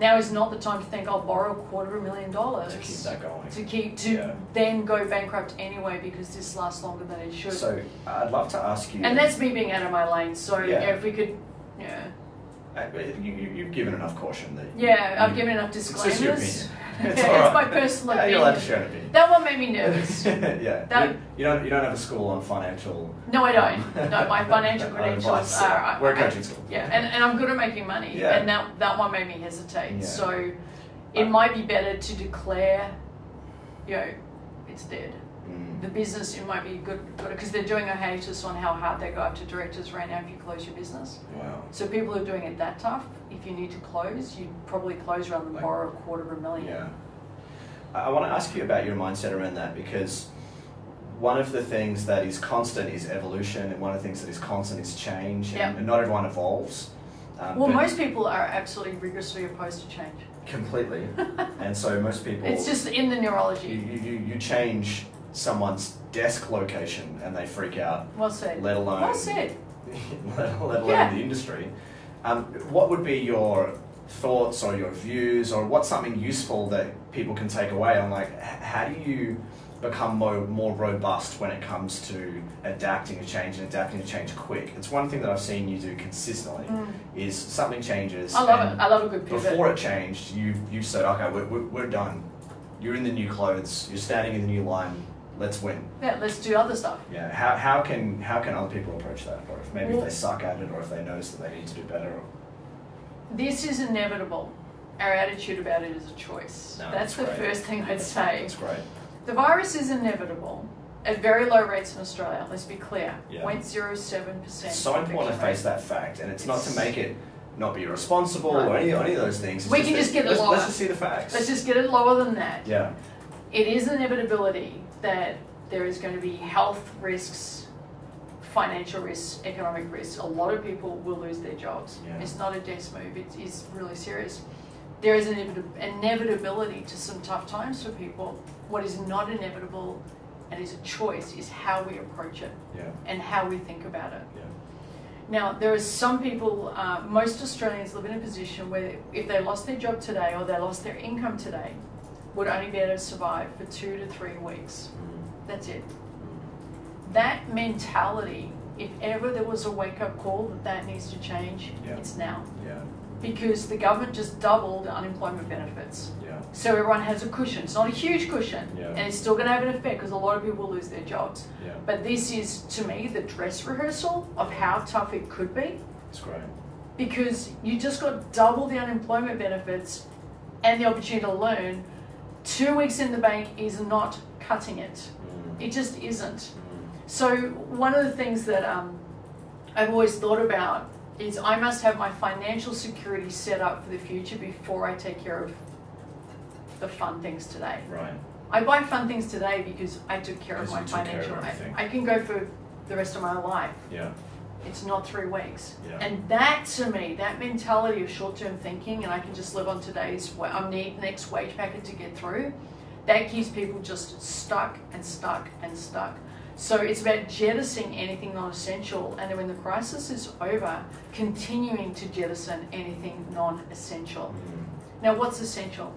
Speaker 1: now is not the time to think I'll borrow a quarter of a million dollars
Speaker 2: To keep that going.
Speaker 1: to keep to
Speaker 2: Yeah.
Speaker 1: then go bankrupt anyway because this lasts longer than it should.
Speaker 2: So I'd love to ask you.
Speaker 1: and that's me being out of my lane, so
Speaker 2: Yeah.
Speaker 1: yeah, if we could yeah.
Speaker 2: Uh, you, you, you've given enough caution that.
Speaker 1: Yeah, I've
Speaker 2: you-
Speaker 1: given enough
Speaker 2: It's just your
Speaker 1: disclaimers.
Speaker 2: opinion.
Speaker 1: Yeah,
Speaker 2: all
Speaker 1: it's my
Speaker 2: right.
Speaker 1: personal
Speaker 2: Yeah, you're allowed to
Speaker 1: opinion.
Speaker 2: share an opinion.
Speaker 1: That one made me nervous.
Speaker 2: yeah.
Speaker 1: That-
Speaker 2: you, you don't. You don't have a school on financial.
Speaker 1: No, I don't. No, my financial
Speaker 2: Uh,
Speaker 1: credentials
Speaker 2: advice.
Speaker 1: are. I-
Speaker 2: We're a
Speaker 1: I-
Speaker 2: coaching school.
Speaker 1: Yeah, and, and I'm good at making money,
Speaker 2: Yeah.
Speaker 1: and that that one made me hesitate.
Speaker 2: Yeah.
Speaker 1: So, it might be better to declare, you know, it's dead.
Speaker 2: Mm,
Speaker 1: The business it might be good because they're doing a hiatus on how hard they go after directors right now if you close your business.
Speaker 2: wow.
Speaker 1: So people who are doing it that tough, if you need to close, you probably close rather than
Speaker 2: Like-
Speaker 1: borrow a quarter of a million.
Speaker 2: Yeah. I, I want to ask you about your mindset around that because one of the things that is constant is evolution, and one of the things that is constant is change, and,
Speaker 1: Yeah.
Speaker 2: and not everyone evolves. Um,
Speaker 1: Well,
Speaker 2: but
Speaker 1: most people are absolutely rigorously opposed to change.
Speaker 2: completely, and so most people.
Speaker 1: It's just in the
Speaker 2: you,
Speaker 1: neurology.
Speaker 2: you, you- you change someone's desk location and they freak out,
Speaker 1: Well said.
Speaker 2: let alone
Speaker 1: Well said.
Speaker 2: let, let alone
Speaker 1: Yeah.
Speaker 2: the industry. Um, what would be your thoughts or your views or what's something useful that people can take away on like h- how do you become more, more robust when it comes to adapting to change and adapting to change quick it's one thing that i've seen you do consistently
Speaker 1: Mm.
Speaker 2: is something changes
Speaker 1: I love
Speaker 2: and
Speaker 1: it. I love a good pivot.
Speaker 2: before it changed you you said okay we're, we're, we're done you're in the new clothes you're standing in the new line let's win
Speaker 1: yeah, let's do other stuff.
Speaker 2: yeah, how, how can how can other people approach that, or if maybe
Speaker 1: Well-
Speaker 2: if they suck at it, or if they notice that they need to do better? Or,
Speaker 1: This is inevitable. Our attitude about it is a choice.
Speaker 2: No,
Speaker 1: That's
Speaker 2: that's
Speaker 1: the
Speaker 2: great.
Speaker 1: first thing I'd say.
Speaker 2: that's great.
Speaker 1: The virus is inevitable at very low rates in Australia. Let's be clear.
Speaker 2: Yeah.
Speaker 1: 0.07 percent.
Speaker 2: It's so important to face that fact, and it's, not to
Speaker 1: It's-
Speaker 2: make it not be irresponsible
Speaker 1: No.
Speaker 2: or any, any of those things. It's
Speaker 1: We can just
Speaker 2: that-
Speaker 1: get
Speaker 2: let's,
Speaker 1: along.
Speaker 2: let's just see the facts.
Speaker 1: Let's just get it lower than that.
Speaker 2: yeah,
Speaker 1: it is an inevitability that there is going to be health risks financial risks, economic risks. A lot of people will lose their jobs.
Speaker 2: Yeah.
Speaker 1: It's not a desk move, it is really serious. There is an inevit- inevitability to some tough times for people. What is not inevitable and is a choice is how we approach it
Speaker 2: Yeah.
Speaker 1: and how we think about it.
Speaker 2: Yeah.
Speaker 1: Now, there are some people, uh, most Australians live in a position where if they lost their job today or they lost their income today, would only be able to survive for two to three weeks.
Speaker 2: mm,
Speaker 1: That's it. That mentality, if ever there was a wake up call that that needs to change,
Speaker 2: Yeah.
Speaker 1: it's now.
Speaker 2: Yeah.
Speaker 1: Because the government just doubled unemployment benefits.
Speaker 2: Yeah.
Speaker 1: So everyone has a cushion. It's not a huge cushion.
Speaker 2: Yeah.
Speaker 1: And it's still going to have an effect because a lot of people will lose their jobs.
Speaker 2: Yeah.
Speaker 1: But this is, to me, the dress rehearsal of how tough it could be
Speaker 2: It's great.
Speaker 1: because you just got double the unemployment benefits and the opportunity to learn. Two weeks in the bank is not cutting it.
Speaker 2: Mm,
Speaker 1: It just isn't. So one of the things that um, I've always thought about is I must have my financial security set up for the future before I take care of the fun things today.
Speaker 2: Right.
Speaker 1: I buy fun things today because I took care of
Speaker 2: Because
Speaker 1: my
Speaker 2: you took care of
Speaker 1: financial. I-
Speaker 2: everything.
Speaker 1: I can go for the rest of my life
Speaker 2: Yeah.
Speaker 1: it's not three weeks.
Speaker 2: Yeah.
Speaker 1: And that to me, that mentality of short term thinking, and I can just live on today's, wa- I need next wage packet to get through, that keeps people just stuck and stuck and stuck. So it's about jettisoning anything non essential, and then when the crisis is over, continuing to jettison anything non essential.
Speaker 2: Mm,
Speaker 1: Now, what's essential?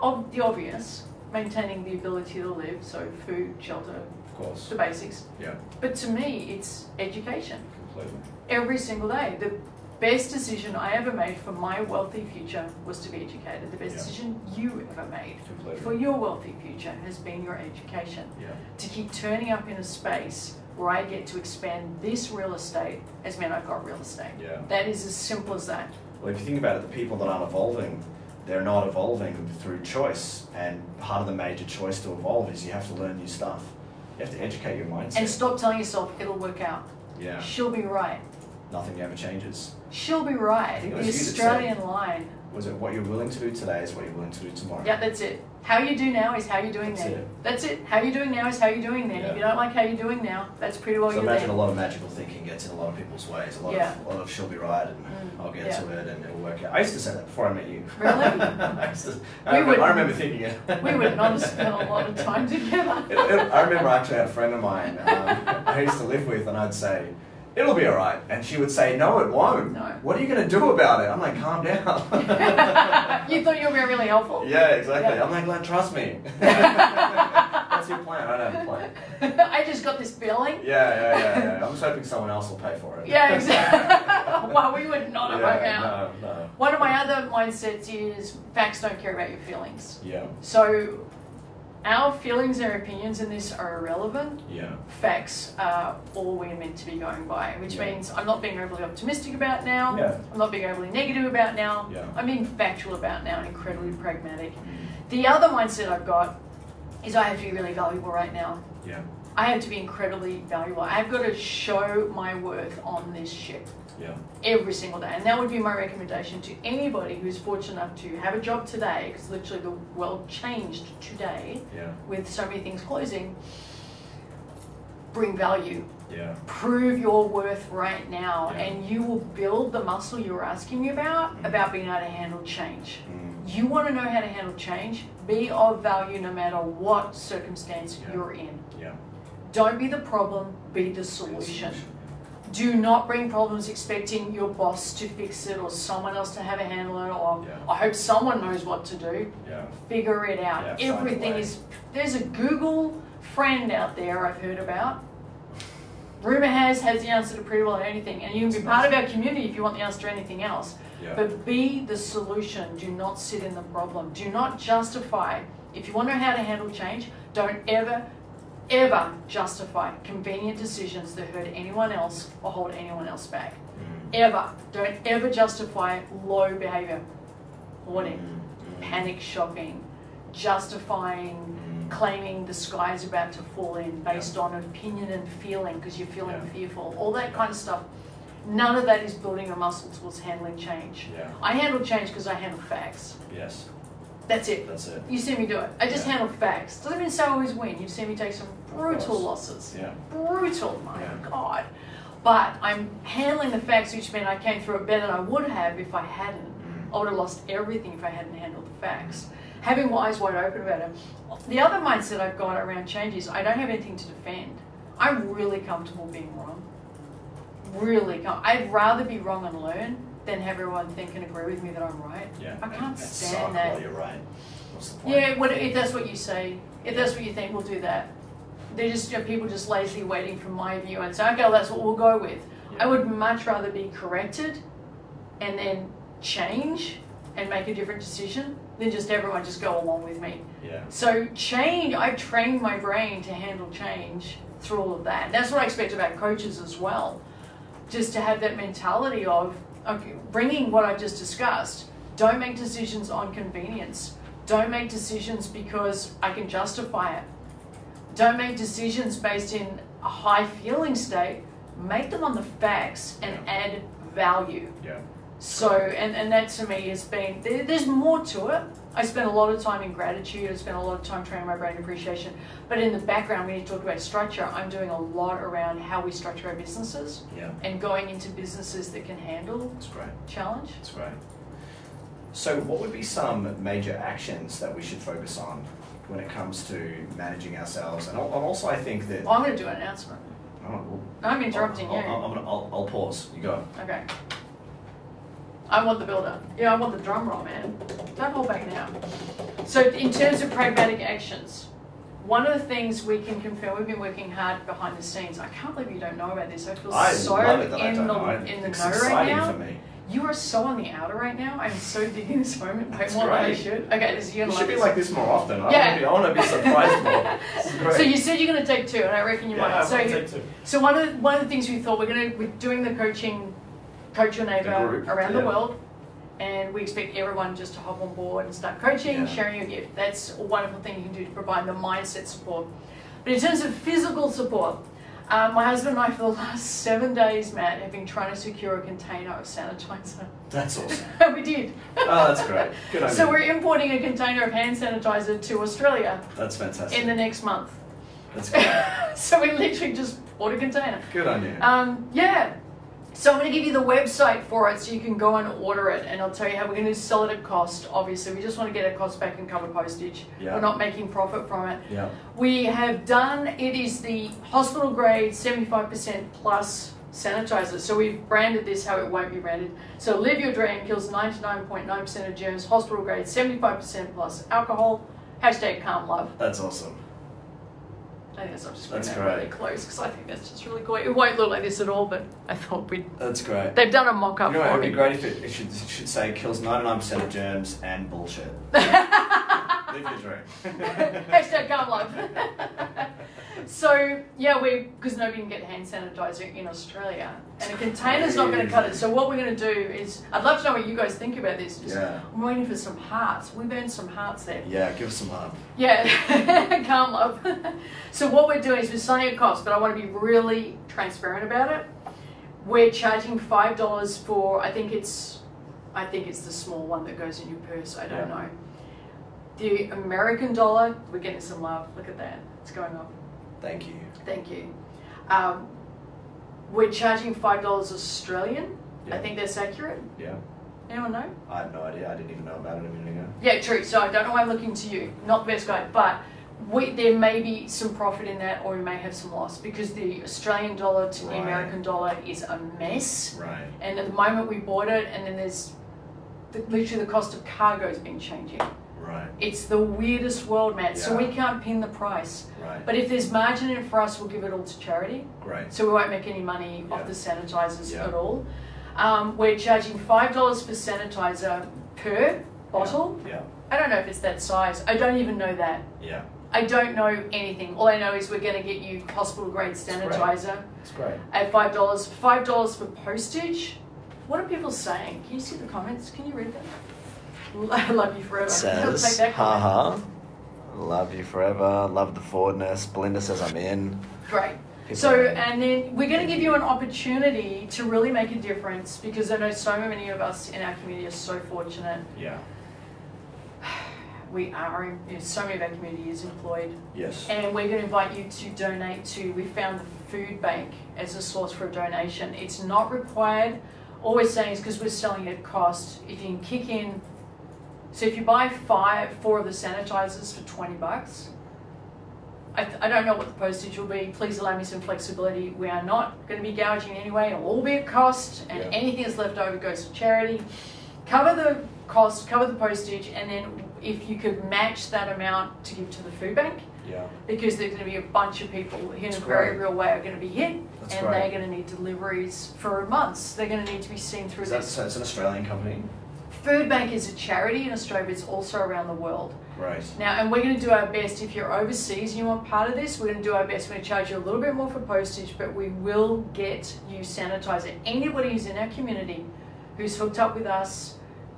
Speaker 1: Ob- the obvious, maintaining the ability to live, so food, shelter,
Speaker 2: Of course.
Speaker 1: the basics.
Speaker 2: Yeah.
Speaker 1: But to me, it's education
Speaker 2: Completely.
Speaker 1: every single day. The best decision I ever made for my wealthy future was to be educated. The best
Speaker 2: Yeah.
Speaker 1: decision you ever made for
Speaker 2: Completely.
Speaker 1: your wealthy future has been your education.
Speaker 2: Yeah.
Speaker 1: To keep turning up in a space where I get to expand this real estate has meant I've got real estate.
Speaker 2: Yeah.
Speaker 1: That is as simple as that.
Speaker 2: Well, if you think about it, the people that aren't evolving, they're not evolving through choice. And part of the major choice to evolve is you have to learn new stuff. You have to educate your mindset.
Speaker 1: And stop telling yourself it'll work out.
Speaker 2: yeah.
Speaker 1: She'll be right.
Speaker 2: Nothing ever changes.
Speaker 1: She'll be right.
Speaker 2: think it
Speaker 1: The
Speaker 2: was you that said-
Speaker 1: Australian line.
Speaker 2: Was it what you're willing to do today is what you're willing to do tomorrow?
Speaker 1: Yeah, that's it. How you do now is how you're doing
Speaker 2: That's
Speaker 1: then.
Speaker 2: it.
Speaker 1: That's it. How you doing now is how you're doing then.
Speaker 2: Yeah.
Speaker 1: If you don't like how you're doing now, that's pretty well
Speaker 2: So
Speaker 1: you're
Speaker 2: imagine
Speaker 1: there.
Speaker 2: a lot of magical thinking gets in a lot of people's ways. A lot
Speaker 1: Yeah.
Speaker 2: of a lot of she'll be right and
Speaker 1: Mm,
Speaker 2: I'll get
Speaker 1: yeah.
Speaker 2: to it and it'll work out. I used to say that before I met you.
Speaker 1: Really?
Speaker 2: I, used to, I,
Speaker 1: We
Speaker 2: remember,
Speaker 1: would-
Speaker 2: I remember thinking it.
Speaker 1: we would not have spent a lot of time together.
Speaker 2: It- it- I remember I actually had a friend of mine um, I used to live with, and I'd say, "It'll be all right," and she would say, "No, it won't.
Speaker 1: No.
Speaker 2: What are you going to do about it?" I'm like, "Calm down."
Speaker 1: you thought you were being really helpful?
Speaker 2: yeah, exactly.
Speaker 1: Yeah.
Speaker 2: I'm like, like, "Trust me." That's your plan. I don't have a plan.
Speaker 1: I just got this feeling.
Speaker 2: Yeah, yeah, yeah, yeah. I'm just hoping someone else will pay for it.
Speaker 1: Yeah, exactly. wow, we would not have
Speaker 2: Yeah,
Speaker 1: hung out.
Speaker 2: No, no.
Speaker 1: One of my other mindsets is facts don't care about your feelings.
Speaker 2: Yeah,
Speaker 1: So, our feelings and opinions in this are irrelevant.
Speaker 2: yeah,
Speaker 1: facts are all we're meant to be going by, which
Speaker 2: Yeah.
Speaker 1: means I'm not being overly optimistic about now.
Speaker 2: Yeah.
Speaker 1: I'm not being overly negative about now.
Speaker 2: Yeah.
Speaker 1: I'm being factual about now and incredibly pragmatic. The other mindset I've got is I have to be really valuable right now.
Speaker 2: yeah,
Speaker 1: I have to be incredibly valuable. I've got to show my worth on this ship
Speaker 2: yeah,
Speaker 1: every single day. And that would be my recommendation to anybody who's fortunate enough to have a job today, because literally the world changed today
Speaker 2: yeah,
Speaker 1: with so many things closing. Bring value
Speaker 2: yeah.
Speaker 1: prove your worth right now
Speaker 2: Yeah.
Speaker 1: and you will build the muscle you were asking me about
Speaker 2: Mhm.
Speaker 1: about being able to handle change
Speaker 2: Mm.
Speaker 1: you want to know how to handle change be of value no matter what circumstance
Speaker 2: Yeah.
Speaker 1: you're in
Speaker 2: Yeah.
Speaker 1: don't be the problem be the solution do not bring problems expecting your boss to fix it or someone else to have a handle on it or
Speaker 2: Yeah.
Speaker 1: i hope someone knows what to do
Speaker 2: Yeah.
Speaker 1: figure it
Speaker 2: Yeah,
Speaker 1: out.
Speaker 2: find a
Speaker 1: Everything
Speaker 2: way.
Speaker 1: is there's a Google friend out there I've heard about. Rumor has has the answer to pretty well anything, and you can be part of our community if you want the answer to anything else.
Speaker 2: Yeah.
Speaker 1: But be the solution. Do not sit in the problem. Do not justify. If you want to know how to handle change, don't ever, ever justify convenient decisions that hurt anyone else or hold anyone else back.
Speaker 2: Mm.
Speaker 1: Ever. Don't ever justify low behavior, hoarding
Speaker 2: Mm.
Speaker 1: panic shopping, justifying,
Speaker 2: Mm.
Speaker 1: claiming the sky's about to fall in based on opinion and feeling because you're feeling
Speaker 2: Yeah.
Speaker 1: fearful, all that kind of stuff. None of that is building a muscle towards handling change.
Speaker 2: Yeah.
Speaker 1: I handle change because I handle facts.
Speaker 2: Yes.
Speaker 1: That's it.
Speaker 2: That's it.
Speaker 1: You've seen me do it. I just
Speaker 2: Yeah.
Speaker 1: handle facts. Doesn't mean say I always win. You've seen me take some brutal
Speaker 2: course.
Speaker 1: losses.
Speaker 2: Yeah.
Speaker 1: Brutal, my
Speaker 2: Yeah.
Speaker 1: God. But I'm handling the facts, which meant I came through it better than I would have if I hadn't.
Speaker 2: Mm.
Speaker 1: I would have lost everything if I hadn't handled the facts. Having my eyes wide open about it. The other mindset I've got around change is I don't have anything to defend. I'm really comfortable being wrong. Really com- I'd rather be wrong and learn than have everyone think and agree with me that I'm right.
Speaker 2: Yeah.
Speaker 1: I can't
Speaker 2: and
Speaker 1: stand
Speaker 2: suck
Speaker 1: that.
Speaker 2: While you're right. What's the point?
Speaker 1: Yeah, what, if that's what you say, if that's what you think, we'll do that. They're just you know, people just lazily waiting for my view and say, okay, well, that's what we'll go with. I would much rather be corrected and then change and make a different decision than just everyone just go along with me.
Speaker 2: Yeah.
Speaker 1: So change, I trained my brain to handle change through all of that. And that's what I expect about coaches as well, just to have that mentality of okay, bringing what I've just discussed. Don't make decisions on convenience. Don't make decisions because I can justify it. Don't make decisions based in a high feeling state. Make them on the facts and
Speaker 2: Yeah.
Speaker 1: add value.
Speaker 2: Yeah.
Speaker 1: So, and, and that to me has been, there, there's more to it. I spent a lot of time in gratitude, I spent a lot of time training my brain appreciation. But in the background, when you talk about structure, I'm doing a lot around how we structure our businesses
Speaker 2: Yeah.
Speaker 1: and going into businesses that can handle
Speaker 2: That's great.
Speaker 1: challenge.
Speaker 2: That's great. So, what would be some major actions that we should focus on when it comes to managing ourselves? And, al- and also, I think that.
Speaker 1: I'm going to do an announcement.
Speaker 2: Oh, well,
Speaker 1: I'm interrupting
Speaker 2: I'll,
Speaker 1: you.
Speaker 2: I'll, I'm gonna, I'll, I'll pause. You go.
Speaker 1: Okay. I want the builder. Yeah, I want the drum roll, man. Don't hold back now. So, in terms of pragmatic actions, one of the things we can confirm, we've been working hard behind the scenes. I can't believe you don't know about this. I feel
Speaker 2: I
Speaker 1: so
Speaker 2: love it that I
Speaker 1: in
Speaker 2: don't
Speaker 1: the
Speaker 2: know.
Speaker 1: in the
Speaker 2: it's
Speaker 1: know right
Speaker 2: exciting
Speaker 1: now.
Speaker 2: for me.
Speaker 1: You are so on the outer right now. I'm so digging this moment way
Speaker 2: That's
Speaker 1: more than I
Speaker 2: great.
Speaker 1: should. Okay, this is
Speaker 2: You
Speaker 1: gonna
Speaker 2: should
Speaker 1: love
Speaker 2: be
Speaker 1: this.
Speaker 2: like this more often. I
Speaker 1: Yeah.
Speaker 2: want to be, I wanna be surprised more. This is great.
Speaker 1: so you said you're gonna take two, and I reckon you
Speaker 2: Yeah,
Speaker 1: might. So
Speaker 3: I'll
Speaker 1: you-
Speaker 3: take two.
Speaker 1: So one of the, one of the things we thought we're gonna we're doing the coaching, coach your
Speaker 2: The
Speaker 1: neighbor
Speaker 2: group,
Speaker 1: around the
Speaker 2: yeah.
Speaker 1: world, and we expect everyone just to hop on board and start coaching,
Speaker 2: Yeah.
Speaker 1: sharing your gift. That's a wonderful thing you can do to provide the mindset support. But in terms of physical support, um, my husband and I for the last seven days, Matt, have been trying to secure a container of sanitizer.
Speaker 2: That's awesome.
Speaker 1: we did.
Speaker 2: Oh, that's great. Good idea.
Speaker 1: So we're importing a container of hand sanitizer to Australia
Speaker 2: That's fantastic.
Speaker 1: in the next month.
Speaker 2: That's great.
Speaker 1: so we literally just bought a container.
Speaker 2: Good idea.
Speaker 1: Um, yeah. So I'm going to give you the website for it so you can go and order it, and I'll tell you how we're going to sell it at cost. Obviously, we just want to get our cost back and cover postage.
Speaker 2: Yeah.
Speaker 1: We're not making profit from it.
Speaker 2: yeah.
Speaker 1: We have done it is the hospital grade 75% plus sanitizer. So we've branded this how it won't be branded. So Live Your Dream kills 99.9% of germs, hospital grade 75% plus alcohol. Hashtag calm love.
Speaker 2: That's awesome.
Speaker 1: I think that's I'm just putting
Speaker 2: That's
Speaker 1: that really
Speaker 2: great.
Speaker 1: close because I think that's just really cool. It won't look like this at all, but I thought we'd
Speaker 2: That's great.
Speaker 1: They've done a mock up
Speaker 2: You know, it
Speaker 1: for
Speaker 2: would be
Speaker 1: me.
Speaker 2: great if it, it, should, it should say kills 99% of germs and bullshit. Leave your dream.
Speaker 1: Hashtag can't love. so yeah, we because nobody can get hand sanitizer in Australia, and a container's not going to cut it. So what we're going to do is, I'd love to know what you guys think about this. Just,
Speaker 2: Yeah.
Speaker 1: I'm waiting for some hearts. We've earned some hearts there.
Speaker 2: Yeah, give us some love.
Speaker 1: Yeah, calm love. so what we're doing is we're selling at cost, but I want to be really transparent about it. We're charging five dollars for I think it's I think it's the small one that goes in your purse. I don't
Speaker 2: Yeah.
Speaker 1: know. The American dollar, we're getting some love. Look at that. It's going up.
Speaker 2: Thank you.
Speaker 1: Thank you. Um, we're charging five dollars Australian. I
Speaker 2: Yeah.
Speaker 1: think that's accurate.
Speaker 2: Yeah.
Speaker 1: Anyone know?
Speaker 2: I had no idea. I didn't even know about it a minute ago.
Speaker 1: Yeah, true. So I don't know why I'm looking to you, not the best guy, but we, there may be some profit in that, or we may have some loss because the Australian dollar to the
Speaker 2: Right.
Speaker 1: American dollar is a mess.
Speaker 2: Right.
Speaker 1: And at the moment we bought it, and then there's the, literally the cost of cargo has been changing.
Speaker 2: Right.
Speaker 1: It's the weirdest world, man. So we
Speaker 2: Yeah.
Speaker 1: can't pin the price.
Speaker 2: Right.
Speaker 1: But if there's margin in it for us, we'll give it all to charity.
Speaker 2: Great.
Speaker 1: So we won't make any money
Speaker 2: Yeah.
Speaker 1: off the sanitizers
Speaker 2: Yeah.
Speaker 1: at all. Um, we're charging five dollars per sanitizer per bottle.
Speaker 2: Yeah.
Speaker 1: I don't know if it's that size. I don't even know that.
Speaker 2: Yeah.
Speaker 1: I don't know anything. All I know is we're going to get you hospital grade sanitizer
Speaker 2: It's great.
Speaker 1: at five dollars. Five dollars for postage. What are people saying? Can you see the comments? Can you read them? I love you forever. Take
Speaker 2: Says,
Speaker 1: that comment.
Speaker 2: haha. Love you forever. Love the forwardness. Belinda says I'm in.
Speaker 1: Great.
Speaker 2: People
Speaker 1: So,
Speaker 2: are-
Speaker 1: and then we're going to give you an opportunity to really make a difference because I know so many of us in our community are so fortunate
Speaker 2: Yeah.
Speaker 1: we are, you know, so many of our community is employed.
Speaker 2: Yes.
Speaker 1: And we're going to invite you to donate to, we found the food bank as a source for a donation. It's not required. All we're saying is because we're selling at cost, if you can kick in, so if you buy five, four of the sanitizers for 20 bucks, I, I don't know what the postage will be. Please allow me some flexibility. We are not going to be gouging anyway. It'll all be at cost, and
Speaker 2: Yeah.
Speaker 1: anything that's left over goes to charity. Cover the cost, cover the postage, and then if you could match that amount to give to the food bank,
Speaker 2: Yeah.
Speaker 1: because there's going to be a bunch of people who in
Speaker 2: That's
Speaker 1: a very
Speaker 2: great.
Speaker 1: real way are going to be hit,
Speaker 2: That's
Speaker 1: and
Speaker 2: great.
Speaker 1: they're going to need deliveries for months. They're going to need to be seen through
Speaker 2: Is that,
Speaker 1: this.
Speaker 2: so it's an Australian company.
Speaker 1: Food Bank is a charity in Australia, but it's also around the world.
Speaker 2: Great.
Speaker 1: Now, and we're going to do our best. If you're overseas and you want part of this, we're going to do our best. We're going to charge you a little bit more for postage, but we will get you sanitizer. Anybody who's in our community who's hooked up with us,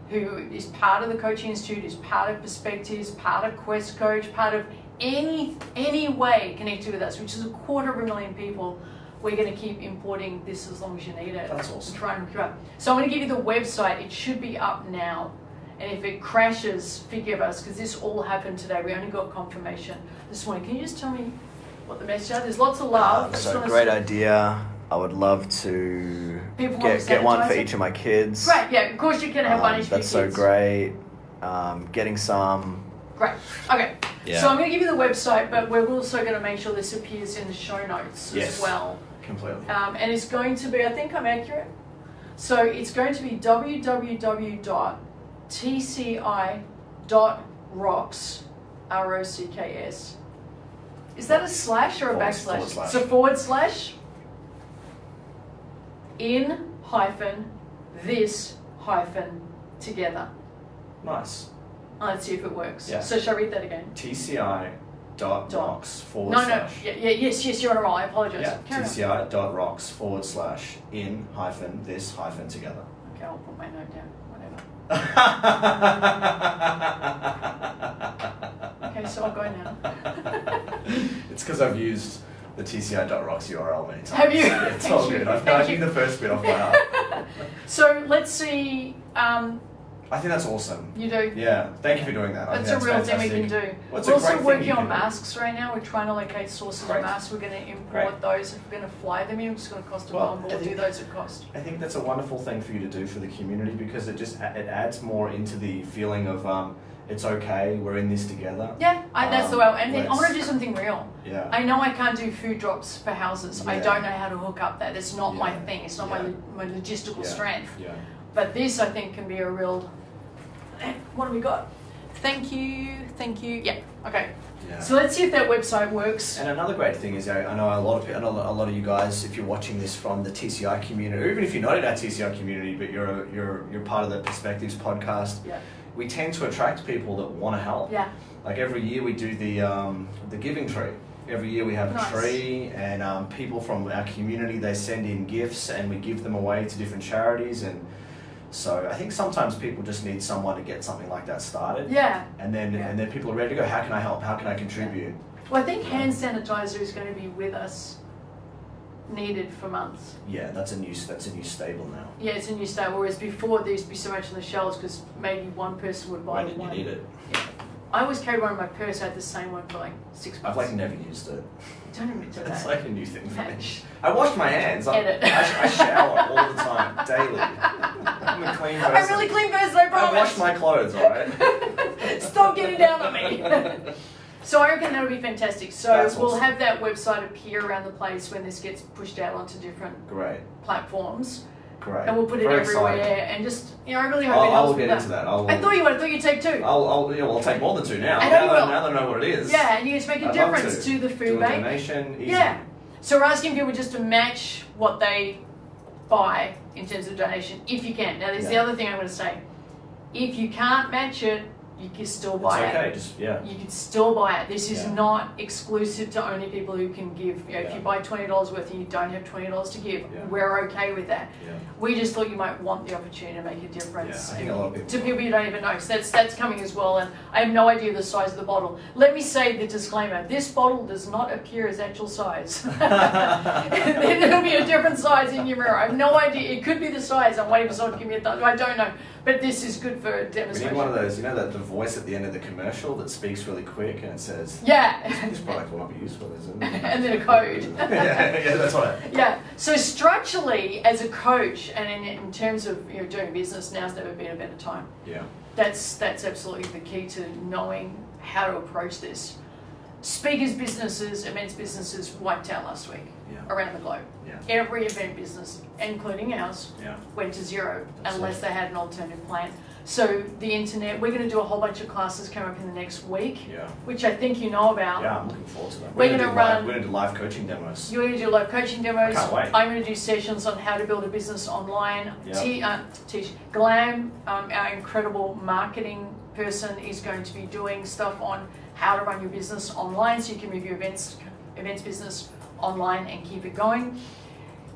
Speaker 1: who is part of the Coaching Institute, is part of Perspectives, part of Quest Coach, part of any any way connected with us, which is a quarter of a million people, we're going to keep importing this as long as you need it.
Speaker 2: That's awesome.
Speaker 1: To try and hook you up. So I'm going to give you the website. It should be up now. And if it crashes, forgive us because this all happened today. We only got confirmation this morning. Can you just tell me what the message are? There's lots of love.
Speaker 2: Um,
Speaker 1: It's
Speaker 2: so
Speaker 1: not a-
Speaker 2: great idea. I would love to
Speaker 1: People want
Speaker 2: get
Speaker 1: to
Speaker 2: get one for
Speaker 1: sanitize it?
Speaker 2: each of my kids.
Speaker 1: Right, yeah, of course you can have
Speaker 2: Um,
Speaker 1: one each for your
Speaker 2: that's so
Speaker 1: kids.
Speaker 2: great. Um, getting some.
Speaker 1: Great. Okay.
Speaker 2: Yeah.
Speaker 1: So I'm going to give you the website, but we're also going to make sure this appears in the show notes
Speaker 2: Yes.
Speaker 1: as well.
Speaker 2: Completely.
Speaker 1: Um, and it's going to be, I think I'm accurate. So it's going to be www.tci.rocks, R O C K S. Is that a slash or a
Speaker 2: Forward-
Speaker 1: backslash?
Speaker 2: forward slash.
Speaker 1: It's a forward slash in hyphen this hyphen together.
Speaker 2: Nice.
Speaker 1: Oh, Let's see if it works.
Speaker 2: Yeah.
Speaker 1: So shall I read that again?
Speaker 2: TCI dot
Speaker 1: Dot.
Speaker 2: rocks forward
Speaker 1: No, no,
Speaker 2: slash.
Speaker 1: yeah, yeah, yes, yes, you're on a roll. I apologise.
Speaker 2: Yeah,
Speaker 1: Carry on.
Speaker 2: TCI dot rocks forward slash in hyphen this hyphen together.
Speaker 1: Okay, I'll put my note down. Whatever.
Speaker 2: okay,
Speaker 1: so I'll go now.
Speaker 2: it's because I've used the TCI dot rocks URL many times.
Speaker 1: Have you?
Speaker 2: It's all good. I've I
Speaker 1: Thank
Speaker 2: knew
Speaker 1: you.
Speaker 2: the first bit off by heart.
Speaker 1: So let's see. Um,
Speaker 2: I think that's awesome.
Speaker 1: you do.
Speaker 2: Yeah, thank you for doing that. I think
Speaker 1: That's a real thing we
Speaker 2: fantastic.
Speaker 1: can do.
Speaker 2: Well, it's
Speaker 1: we're
Speaker 2: a great
Speaker 1: also
Speaker 2: thing
Speaker 1: working
Speaker 2: you
Speaker 1: on
Speaker 2: can do.
Speaker 1: masks right now. We're trying to locate sources
Speaker 2: Great.
Speaker 1: of masks. We're going to import
Speaker 2: Great.
Speaker 1: those. If we're going to fly them in, it's going to cost a
Speaker 2: Well,
Speaker 1: bomb, but
Speaker 2: I
Speaker 1: we'll do
Speaker 2: think-
Speaker 1: those at cost.
Speaker 2: I think that's a wonderful thing for you to do for the community because it just it adds more into the feeling of um, it's okay, we're in this together.
Speaker 1: Yeah, I, that's the way.
Speaker 2: Um,
Speaker 1: And then I
Speaker 2: let's-
Speaker 1: want to do something real.
Speaker 2: Yeah.
Speaker 1: I know I can't do food drops for houses. I
Speaker 2: Yeah.
Speaker 1: don't know how to hook up that. It's not my
Speaker 2: Yeah.
Speaker 1: thing. It's not
Speaker 2: Yeah.
Speaker 1: my, my logistical
Speaker 2: Yeah.
Speaker 1: strength.
Speaker 2: yeah.
Speaker 1: But this, I think, can be a real. eh, What have we got? Thank you, thank you. Yeah, okay.
Speaker 2: Yeah.
Speaker 1: So let's see if that website works.
Speaker 2: And another great thing is, uh, I I know a lot of pe- I know a lot of you guys, if you're watching this from the TCI community, or even if you're not in our TCI community, but you're you're you're part of the Perspectives podcast,
Speaker 1: Yeah,
Speaker 2: we tend to attract people that want to help.
Speaker 1: yeah,
Speaker 2: Like every year we do the um, the giving tree. Every year we have a
Speaker 1: Nice.
Speaker 2: tree, and um, people from our community they send in gifts, and we give them away to different charities. And so I think sometimes people just need someone to get something like that started,
Speaker 1: yeah.
Speaker 2: and then
Speaker 1: Yeah.
Speaker 2: and then people are ready to go. How can I help? How can I contribute?
Speaker 1: Well, I think hand sanitizer is going to be with us, needed for months.
Speaker 2: Yeah, that's a new s- that's a new stable now.
Speaker 1: Yeah, it's a new state. Whereas before, there used to be so much on the shelves because maybe one person would buy
Speaker 2: Why did you
Speaker 1: one.
Speaker 2: need it?
Speaker 1: I always carried one in my purse. I had the same one for like six
Speaker 2: I've
Speaker 1: months.
Speaker 2: like never used it.
Speaker 1: Don't admit to
Speaker 2: It's
Speaker 1: that.
Speaker 2: like a new thing for me.
Speaker 1: Patch.
Speaker 2: I wash my hands. I,
Speaker 1: Edit.
Speaker 2: I, sh- I shower all the time, daily. I'm a clean person.
Speaker 1: I'm really clean person, I
Speaker 2: I
Speaker 1: promise.
Speaker 2: wash my clothes, alright?
Speaker 1: Stop getting down on me. So I reckon that'll be fantastic. So
Speaker 2: That's
Speaker 1: we'll
Speaker 2: awesome.
Speaker 1: have that website appear around the place when this gets pushed out onto different
Speaker 2: great,
Speaker 1: platforms,
Speaker 2: great.
Speaker 1: and we'll put it
Speaker 2: Very
Speaker 1: everywhere.
Speaker 2: excited.
Speaker 1: And just you know, I really hope it
Speaker 2: I'll,
Speaker 1: helps
Speaker 2: I'll
Speaker 1: with
Speaker 2: get
Speaker 1: that.
Speaker 2: into that. I'll,
Speaker 1: I thought you would. I thought you would take two.
Speaker 2: I'll, I'll, yeah, well, I'll take more than two now.
Speaker 1: I know
Speaker 2: now,
Speaker 1: you
Speaker 2: that,
Speaker 1: will.
Speaker 2: now that I know what it is.
Speaker 1: yeah, and you just make a
Speaker 2: I'd love
Speaker 1: difference
Speaker 2: to.
Speaker 1: to. the food
Speaker 2: Do a
Speaker 1: bank.
Speaker 2: donation. Easy.
Speaker 1: Yeah. So we're asking people just to match what they buy in terms of donation, if you can. Now, there's the
Speaker 2: Yeah.
Speaker 1: other thing I'm going to say: if you can't match it, you can still
Speaker 2: It's
Speaker 1: buy it.
Speaker 2: okay. Just yeah.
Speaker 1: you can still buy it. This is
Speaker 2: Yeah.
Speaker 1: not exclusive to only people who can give. You know, If
Speaker 2: Yeah.
Speaker 1: you buy twenty dollars worth and you don't have twenty dollars to give,
Speaker 2: Yeah.
Speaker 1: we're okay with that.
Speaker 2: Yeah.
Speaker 1: We just thought you might want the opportunity to make a
Speaker 2: Yeah. I
Speaker 1: difference
Speaker 2: think a lot of people.
Speaker 1: to people you don't even know. So that's that's coming as well, and I have no idea the size of the bottle. Let me say the disclaimer: this bottle does not appear as actual size. then it'll be a different size in your mirror. I have no idea. It could be the size. I'm waiting for someone to give me a thumbs. I don't know, But this is good for
Speaker 2: We need one
Speaker 1: demonstration.
Speaker 2: of those, you know, that the voice at the end of the commercial that speaks really quick and it says,
Speaker 1: Yeah.
Speaker 2: "This product will not be useful, is it?"
Speaker 1: And then a code.
Speaker 2: yeah, yeah, that's right.
Speaker 1: Yeah. So structurally, as a coach, and in, in terms of you know doing business, now's never been a better time.
Speaker 2: Yeah.
Speaker 1: That's that's absolutely the key to knowing how to approach this. Speakers, businesses, events businesses wiped out last week
Speaker 2: Yeah.
Speaker 1: around the globe.
Speaker 2: Yeah.
Speaker 1: Every event business, including ours,
Speaker 2: Yeah.
Speaker 1: went to zero
Speaker 2: That's
Speaker 1: unless they had an alternative plan. So the internet, we're going to do a whole bunch of classes coming up in the next week,
Speaker 2: Yeah.
Speaker 1: which I think you know about.
Speaker 2: Yeah, I'm looking forward to that.
Speaker 1: We're
Speaker 2: gonna
Speaker 1: gonna
Speaker 2: do live-
Speaker 1: run-
Speaker 2: We're gonna do live coaching demos.
Speaker 1: You're going to do live coaching demos.
Speaker 2: I can't wait.
Speaker 1: I'm going to do sessions on how to build a business online.
Speaker 2: Yeah.
Speaker 1: Te- uh, teach Glam, um, our incredible marketing person, is going to be doing stuff on how to run your business online, so you can move your events events business online and keep it going.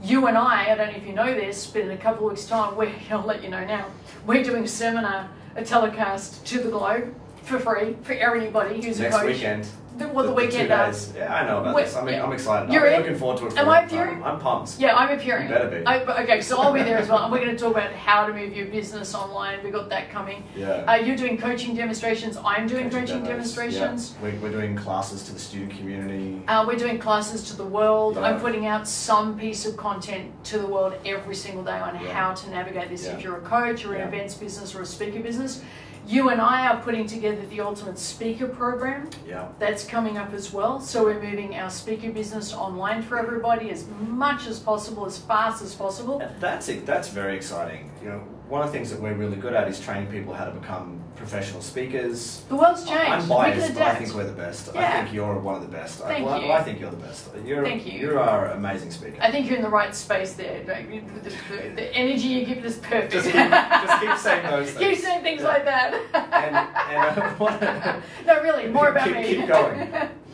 Speaker 1: You and I, I don't know if you know this, but in a couple of weeks' time, we're, I'll let you know now, we're doing a seminar, a telecast to the globe for free for everybody who's a
Speaker 2: Next
Speaker 1: coach.
Speaker 2: weekend.
Speaker 1: The, well, the,
Speaker 2: two
Speaker 1: weekend after.
Speaker 2: days. Yeah, I know about
Speaker 1: Wait,
Speaker 2: this. I'm,
Speaker 1: yeah.
Speaker 2: I'm excited.
Speaker 1: You're
Speaker 2: I'm
Speaker 1: in?
Speaker 2: looking forward to it. For
Speaker 1: Am
Speaker 2: a
Speaker 1: I
Speaker 2: long time.
Speaker 1: appearing?
Speaker 2: I'm pumped.
Speaker 1: Yeah, I'm appearing.
Speaker 2: You better be.
Speaker 1: I, but- okay, so I'll be there as well. And we're going to talk about how to move your business online. We've got that coming.
Speaker 2: Yeah.
Speaker 1: Uh, you're doing coaching demonstrations. I'm doing coaching
Speaker 2: demos.
Speaker 1: demonstrations.
Speaker 2: Yeah. We're, we're doing classes to the student community.
Speaker 1: Uh, we're doing classes to the world.
Speaker 2: Yeah.
Speaker 1: I'm putting out some piece of content to the world every single day on
Speaker 2: Yeah.
Speaker 1: how to navigate this if
Speaker 2: Yeah.
Speaker 1: you're a coach or an
Speaker 2: Yeah.
Speaker 1: events business or a speaker business. You and I are putting together the Ultimate Speaker Program.
Speaker 2: Yeah.
Speaker 1: That's coming up as well. So we're moving our speaker business online for everybody as much as possible, as fast as possible.
Speaker 2: And That's it. That's very exciting. You know, one of the things that we're really good at is training people how to become professional speakers.
Speaker 1: The world's
Speaker 2: I-
Speaker 1: changed.
Speaker 2: I'm
Speaker 1: we can
Speaker 2: biased, but I
Speaker 1: adapt.
Speaker 2: think we're the best. I
Speaker 1: Yeah.
Speaker 2: think you're one of the best. I,
Speaker 1: Thank
Speaker 2: well, I-
Speaker 1: you.
Speaker 2: well, I think you're the best. You're,
Speaker 1: Thank you.
Speaker 2: You are an amazing speaker.
Speaker 1: I think you're in the right space there. Like, you- the, the, the energy you give is perfect.
Speaker 2: Just keep- just keep saying those
Speaker 1: Keep
Speaker 2: things.
Speaker 1: saying things
Speaker 2: Yeah.
Speaker 1: like that.
Speaker 2: and and uh, one-
Speaker 1: no, really, more about
Speaker 2: keep,
Speaker 1: me.
Speaker 2: Keep going.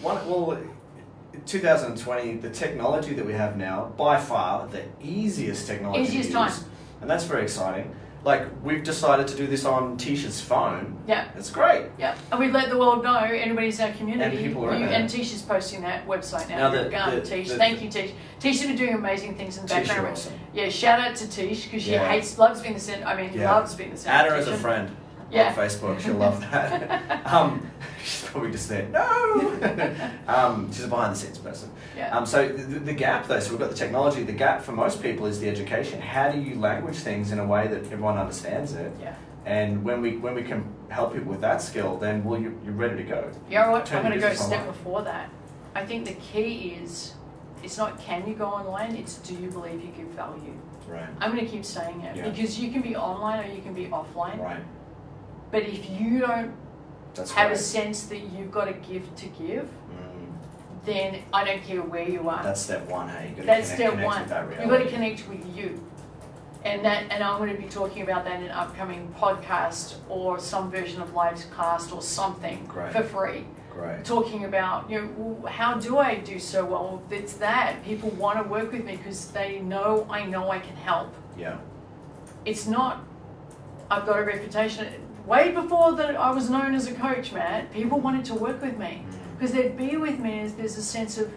Speaker 2: One, well, 2020, the technology that we have now, by far the easiest technology.
Speaker 1: Easiest
Speaker 2: to
Speaker 1: time.
Speaker 2: use, and that's very exciting. Like we've decided to do this on Tisha's phone.
Speaker 1: yeah.
Speaker 2: It's great.
Speaker 1: Yeah, and we let the world know anybody's in our community.
Speaker 2: And people are in
Speaker 1: you,
Speaker 2: there.
Speaker 1: and Tisha's posting that website now.
Speaker 2: Now the-
Speaker 1: Um,
Speaker 2: the-
Speaker 1: Tish,
Speaker 2: the-
Speaker 1: thank you, Tish. Tisha's been doing amazing things in the
Speaker 2: Tisha,
Speaker 1: background.
Speaker 2: awesome.
Speaker 1: Yeah, shout out to Tish because she
Speaker 2: Yeah.
Speaker 1: hates, loves being the center. I mean,
Speaker 2: Yeah.
Speaker 1: loves being the center.
Speaker 2: Add her as a friend
Speaker 1: Yeah.
Speaker 2: on Facebook. She'll love that. um, she's probably just there. No. um, she's a behind the scenes person.
Speaker 1: Yeah.
Speaker 2: Um, so the, the gap, though, so we've got the technology. The gap for most people is the education. How do you language things in a way that everyone understands it?
Speaker 1: yeah.
Speaker 2: And when we when we can help people with that skill, then well, you you're ready to go.
Speaker 1: You know what?
Speaker 2: Turn
Speaker 1: I'm going to go
Speaker 2: your
Speaker 1: a
Speaker 2: business
Speaker 1: step
Speaker 2: online.
Speaker 1: before that. I think the key is it's not can you go online, it's do you believe you give value.
Speaker 2: Right.
Speaker 1: I'm going to keep saying it
Speaker 2: Yeah.
Speaker 1: because you can be online or you can be offline,
Speaker 2: Right.
Speaker 1: but if you don't
Speaker 2: That's
Speaker 1: have a
Speaker 2: great.
Speaker 1: sense that you've got a gift to give,
Speaker 2: Mm,
Speaker 1: then I don't care where you are.
Speaker 2: that's step one. Hey, you got to
Speaker 1: That's
Speaker 2: connect,
Speaker 1: step
Speaker 2: connect
Speaker 1: one.
Speaker 2: with that
Speaker 1: You've got to
Speaker 2: reality.
Speaker 1: connect with you. And that, and I'm going to be talking about that in an upcoming podcast or some version of live cast or something
Speaker 2: Great.
Speaker 1: for free.
Speaker 2: Great.
Speaker 1: talking about you know w- how do I do so well? It's that people want to work with me because they know I know I can help.
Speaker 2: Yeah.
Speaker 1: It's not I've got a reputation. Way before that I was known as a coach, Matt, people wanted to work with me
Speaker 2: Mm.
Speaker 1: because they'd be with me. As there's a sense of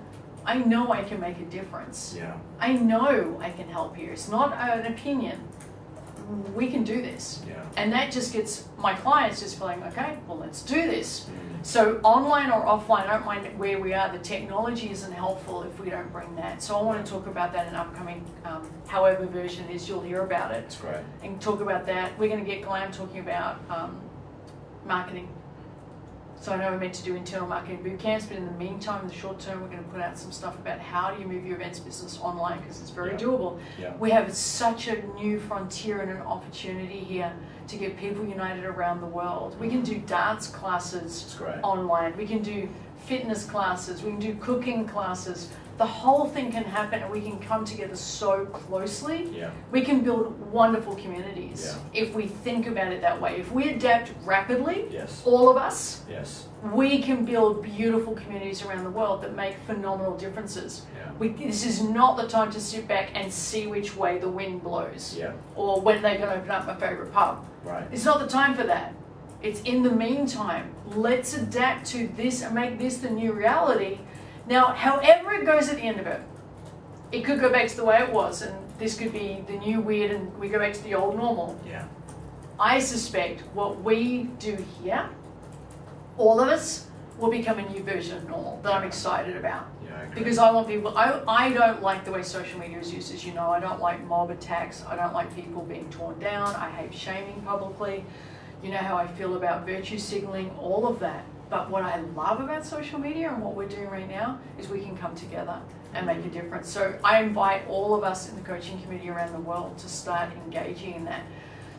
Speaker 1: I know I can make a difference.
Speaker 2: Yeah.
Speaker 1: I know I can help you. It's not an opinion. We can do this,
Speaker 2: Yeah.
Speaker 1: and that just gets my clients just feeling okay. Well, let's do this.
Speaker 2: Mm,
Speaker 1: So online or offline, I don't mind where we are. The technology isn't helpful if we don't bring that. So I want to talk about that in upcoming, um, however version it is, you'll hear about it
Speaker 2: that's great.
Speaker 1: and talk about that. We're going to get Glam talking about um, marketing. So I know we're meant to do internal marketing boot camps, but in the meantime, in the short term, we're going to put out some stuff about how do you move your events business online because it's very
Speaker 2: Yeah.
Speaker 1: doable.
Speaker 2: Yeah.
Speaker 1: We have such a new frontier and an opportunity here to get people united around the world. We can do dance classes
Speaker 2: That's great.
Speaker 1: online. We can do fitness classes. We can do cooking classes. The whole thing can happen, and we can come together so closely.
Speaker 2: Yeah.
Speaker 1: We can build wonderful communities if we think about it that way. If we adapt rapidly,
Speaker 2: Yes.
Speaker 1: all of us,
Speaker 2: Yes.
Speaker 1: we can build beautiful communities around the world that make phenomenal differences.
Speaker 2: Yeah.
Speaker 1: We, this is not the time to sit back and see which way the wind blows
Speaker 2: Yeah.
Speaker 1: or when they're going to open up my favorite pub.
Speaker 2: Right.
Speaker 1: It's not the time for that. It's in the meantime. Let's adapt to this and make this the new reality. Now, however it goes at the end of it, it could go back to the way it was, and this could be the new weird, and we go back to the old normal.
Speaker 2: Yeah.
Speaker 1: I suspect what we do here, all of us, will become a new version of normal that I'm excited about.
Speaker 2: Yeah, I agree.
Speaker 1: Because I want people, I, I don't like the way social media is used, as you know. I don't like mob attacks. I don't like people being torn down. I hate shaming publicly. You know how I feel about virtue signaling, all of that. But what I love about social media and what we're doing right now is we can come together and make a difference. So I invite all of us in the coaching community around the world to start engaging in that.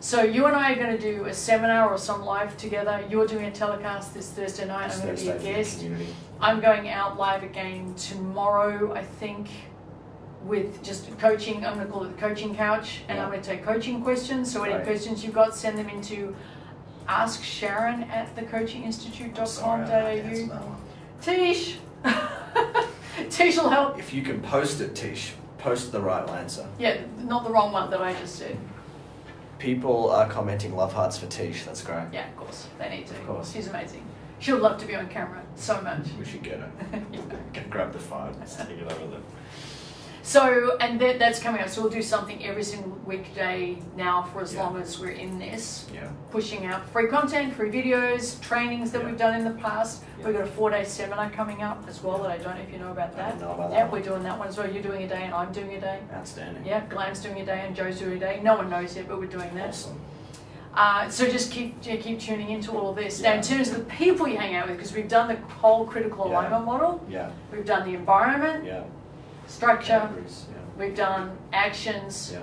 Speaker 1: So you and I are going to do a seminar or some live together. You're doing a telecast this Thursday night.
Speaker 2: It's
Speaker 1: I'm going to be
Speaker 2: Thursday
Speaker 1: a
Speaker 2: for the
Speaker 1: guest.
Speaker 2: community.
Speaker 1: I'm going out live again tomorrow, I think, with just coaching. I'm going to call it the coaching couch, and I'm going to take coaching questions. So, any
Speaker 2: Right.
Speaker 1: questions you've got, send them into ask Sharon at
Speaker 2: Sorry, I can't answer
Speaker 1: thecoachinginstitute.com.au.
Speaker 2: that one.
Speaker 1: Tish! Tish will help.
Speaker 2: If you can post it, Tish, post the right answer.
Speaker 1: Yeah, not the wrong one that I just did.
Speaker 2: People are commenting love hearts for Tish. That's great.
Speaker 1: Yeah, of course. They need to.
Speaker 2: Of course.
Speaker 1: She's amazing. She would love to be on camera so much.
Speaker 2: We should get it. Can grab the phone. Let's take it over there.
Speaker 1: So, and that, that's coming up. So we'll do something every single weekday now for as
Speaker 2: Yeah.
Speaker 1: long as we're in this,
Speaker 2: Yeah.
Speaker 1: pushing out free content, free videos, trainings that
Speaker 2: Yeah.
Speaker 1: we've done in the past.
Speaker 2: Yeah.
Speaker 1: We've got a four-day seminar coming up as well that I don't know if you know about
Speaker 2: I
Speaker 1: that.
Speaker 2: didn't know about that
Speaker 1: yeah,
Speaker 2: one.
Speaker 1: we're doing that one as well. You're doing a day and I'm doing a day.
Speaker 2: Outstanding.
Speaker 1: Yeah, Glenn's doing a day and Joe's doing a day. No one knows yet, but we're doing that.
Speaker 2: Awesome.
Speaker 1: Uh, so just keep yeah, keep tuning into all of this. Now, in
Speaker 2: Yeah.
Speaker 1: terms of the people you hang out with, because we've done the whole critical
Speaker 2: Yeah.
Speaker 1: alignment model,
Speaker 2: Yeah.
Speaker 1: we've done the environment,
Speaker 2: Yeah.
Speaker 1: structure,
Speaker 2: Categories,
Speaker 1: we've done actions,
Speaker 2: Yeah.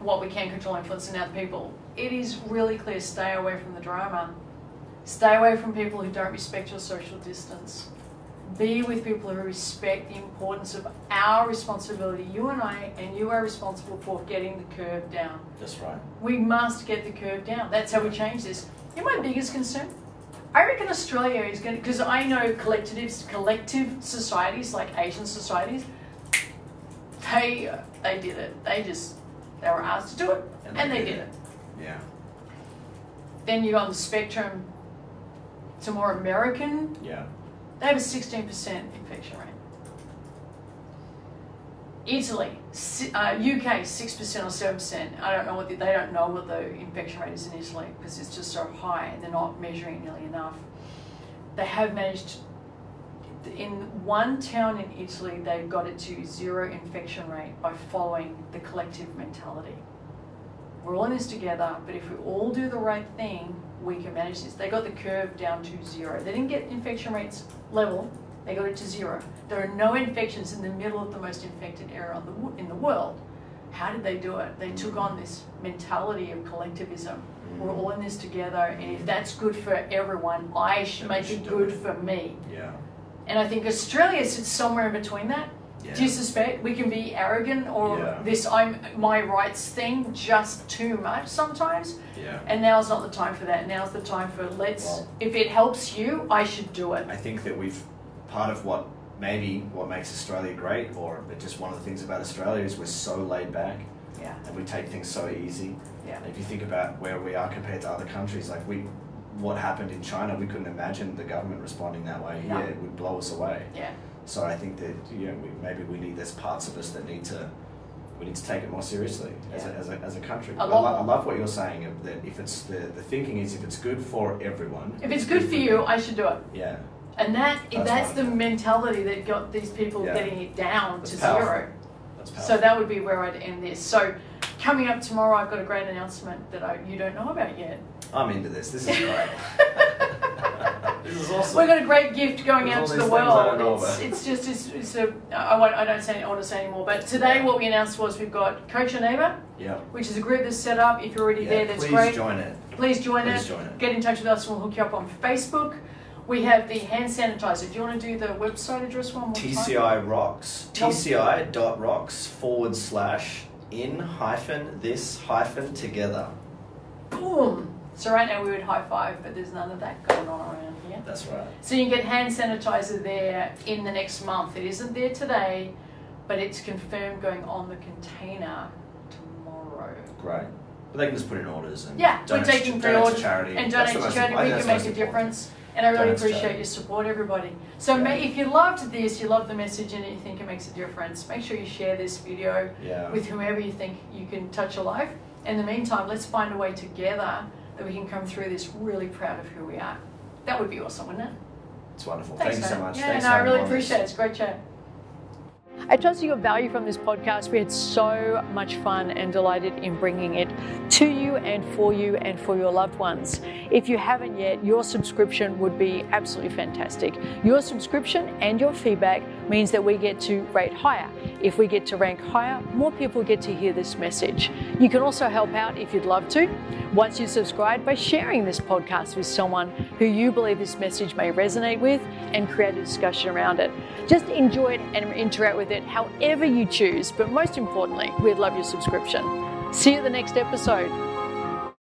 Speaker 1: what we can control influencing other people. It is really clear stay away from the drama. Stay away from people who don't respect your social distance. Be with people who respect the importance of our responsibility. You and I, and you are responsible for getting the curve down.
Speaker 2: Yeah. That's right.
Speaker 1: We must get the curve down. That's how we change this. You know, my biggest concern. I reckon Australia is going to, because I know collectives, collective societies like Asian societies, they they did it. They just they were asked to do it, and, they did it.
Speaker 2: Yeah.
Speaker 1: Then you go on the spectrum to more American.
Speaker 2: Yeah.
Speaker 1: They have a sixteen percent infection rate. Italy, si- uh, UK, six percent or seven percent. I don't know what the, they don't know what the infection rate is in Italy because it's just so high and they're not measuring it nearly enough. They have managed in one town in Italy they've got it to zero infection rate by following the collective mentality. We're all in this together, but if we all do the right thing, we can manage this. They got the curve down to zero. They didn't get infection rates level, they got it to zero. There are no infections in the middle of the most infected area on the, wo- in the world. How did they do it? They took on this mentality of collectivism. We're all in this together, and if that's good for everyone, I should
Speaker 2: Then we
Speaker 1: make
Speaker 2: should
Speaker 1: it
Speaker 2: do
Speaker 1: good
Speaker 2: it.
Speaker 1: for me.
Speaker 2: Yeah.
Speaker 1: And I think Australia sits somewhere in between that.
Speaker 2: Yeah.
Speaker 1: Do you suspect we can be arrogant or
Speaker 2: Yeah.
Speaker 1: this I'm my rights thing just too much sometimes?
Speaker 2: yeah.
Speaker 1: And now's not the time for that. Now's the time for let's
Speaker 2: Well-
Speaker 1: if it helps you, I should do it.
Speaker 2: I think that we've part of what maybe what makes Australia great, or just one of the things about Australia is we're so laid back
Speaker 1: Yeah.
Speaker 2: and we take things so easy.
Speaker 1: Yeah.
Speaker 2: And if you think about where we are compared to other countries, like we, what happened in China, we couldn't imagine the government responding that way.
Speaker 1: No.
Speaker 2: Yeah, it would blow us away.
Speaker 1: Yeah.
Speaker 2: So I think that you know, we, maybe we need there's parts of us that need to we need to take it more seriously as, a,
Speaker 1: Yeah.
Speaker 2: as, a, as a country.
Speaker 1: I
Speaker 2: I,
Speaker 1: love-
Speaker 2: lo- I love what you're saying of that if it's the, the thinking is if it's good for everyone.
Speaker 1: If it's good for you, I should do it.
Speaker 2: yeah,
Speaker 1: And that that's,
Speaker 2: That's
Speaker 1: the
Speaker 2: wonderful.
Speaker 1: mentality that got these people
Speaker 2: Yeah.
Speaker 1: getting it down
Speaker 2: That's
Speaker 1: to
Speaker 2: powerful.
Speaker 1: zero.
Speaker 2: that's
Speaker 1: So
Speaker 2: powerful.
Speaker 1: that would be where I'd end this. So coming up tomorrow I've got a great announcement that I, you don't know about yet.
Speaker 2: I'm into this. This is great. this is awesome.
Speaker 1: We've got a great gift going
Speaker 2: There's
Speaker 1: out
Speaker 2: all
Speaker 1: to
Speaker 2: these
Speaker 1: the
Speaker 2: things I
Speaker 1: world.
Speaker 2: don't know
Speaker 1: It's,
Speaker 2: about.
Speaker 1: it's just, it's, it's a, I, won't, I don't say, I want to say anymore. But today, what we announced was we've got Coach Your Neighbour,
Speaker 2: yeah.
Speaker 1: which is a group that's set up. If you're already
Speaker 2: yeah,
Speaker 1: there, that's
Speaker 2: please
Speaker 1: great.
Speaker 2: join it.
Speaker 1: please join
Speaker 2: Please
Speaker 1: us.
Speaker 2: join it.
Speaker 1: Get in touch with us and we'll hook you up on Facebook. We have the hand sanitizer. Do you want to do the website address one more time?
Speaker 2: TCI rocks.
Speaker 1: Nope.
Speaker 2: TCI dot rocks forward slash in hyphen this hyphen together.
Speaker 1: Boom! So right now we would high five, but there's none of that going on around here.
Speaker 2: That's right.
Speaker 1: So you can get hand sanitizer there in the next month. It isn't there today, but it's confirmed going on the container tomorrow.
Speaker 2: Great. But they can just put in orders and
Speaker 1: Yeah, we're
Speaker 2: donate to-
Speaker 1: taking
Speaker 2: donate
Speaker 1: pre-orders
Speaker 2: to charity.
Speaker 1: And
Speaker 2: That's
Speaker 1: donate to
Speaker 2: the most
Speaker 1: charity,
Speaker 2: important-
Speaker 1: we can
Speaker 2: that's the
Speaker 1: make
Speaker 2: most
Speaker 1: a
Speaker 2: important.
Speaker 1: difference. And I really
Speaker 2: Donate to
Speaker 1: appreciate
Speaker 2: charity.
Speaker 1: your support, everybody. So
Speaker 2: Yeah.
Speaker 1: ma- if you loved this, you loved the message, and you think it makes a difference, make sure you share this video
Speaker 2: Yeah.
Speaker 1: with whomever you think you can touch a life. In the meantime, let's find a way together that we can come through this really proud of who we are. That would be awesome, wouldn't it?
Speaker 2: It's wonderful.
Speaker 1: Thanks,
Speaker 2: Thank you so
Speaker 1: mate.
Speaker 2: much.
Speaker 1: Yeah,
Speaker 2: Thanks
Speaker 1: no,
Speaker 2: for
Speaker 1: I
Speaker 2: having
Speaker 1: really
Speaker 2: me on this.
Speaker 1: appreciate it. It's a great chat. I trust you got value from this podcast. We had so much fun and delighted in bringing it to you and for you and for your loved ones. If you haven't yet, your subscription would be absolutely fantastic. Your subscription and your feedback means that we get to rate higher. If we get to rank higher, more people get to hear this message. You can also help out if you'd love to once you subscribe by sharing this podcast with someone who you believe this message may resonate with and create a discussion around it. Just enjoy it and interact with it however you choose, but most importantly, we'd love your subscription. See you at the next episode.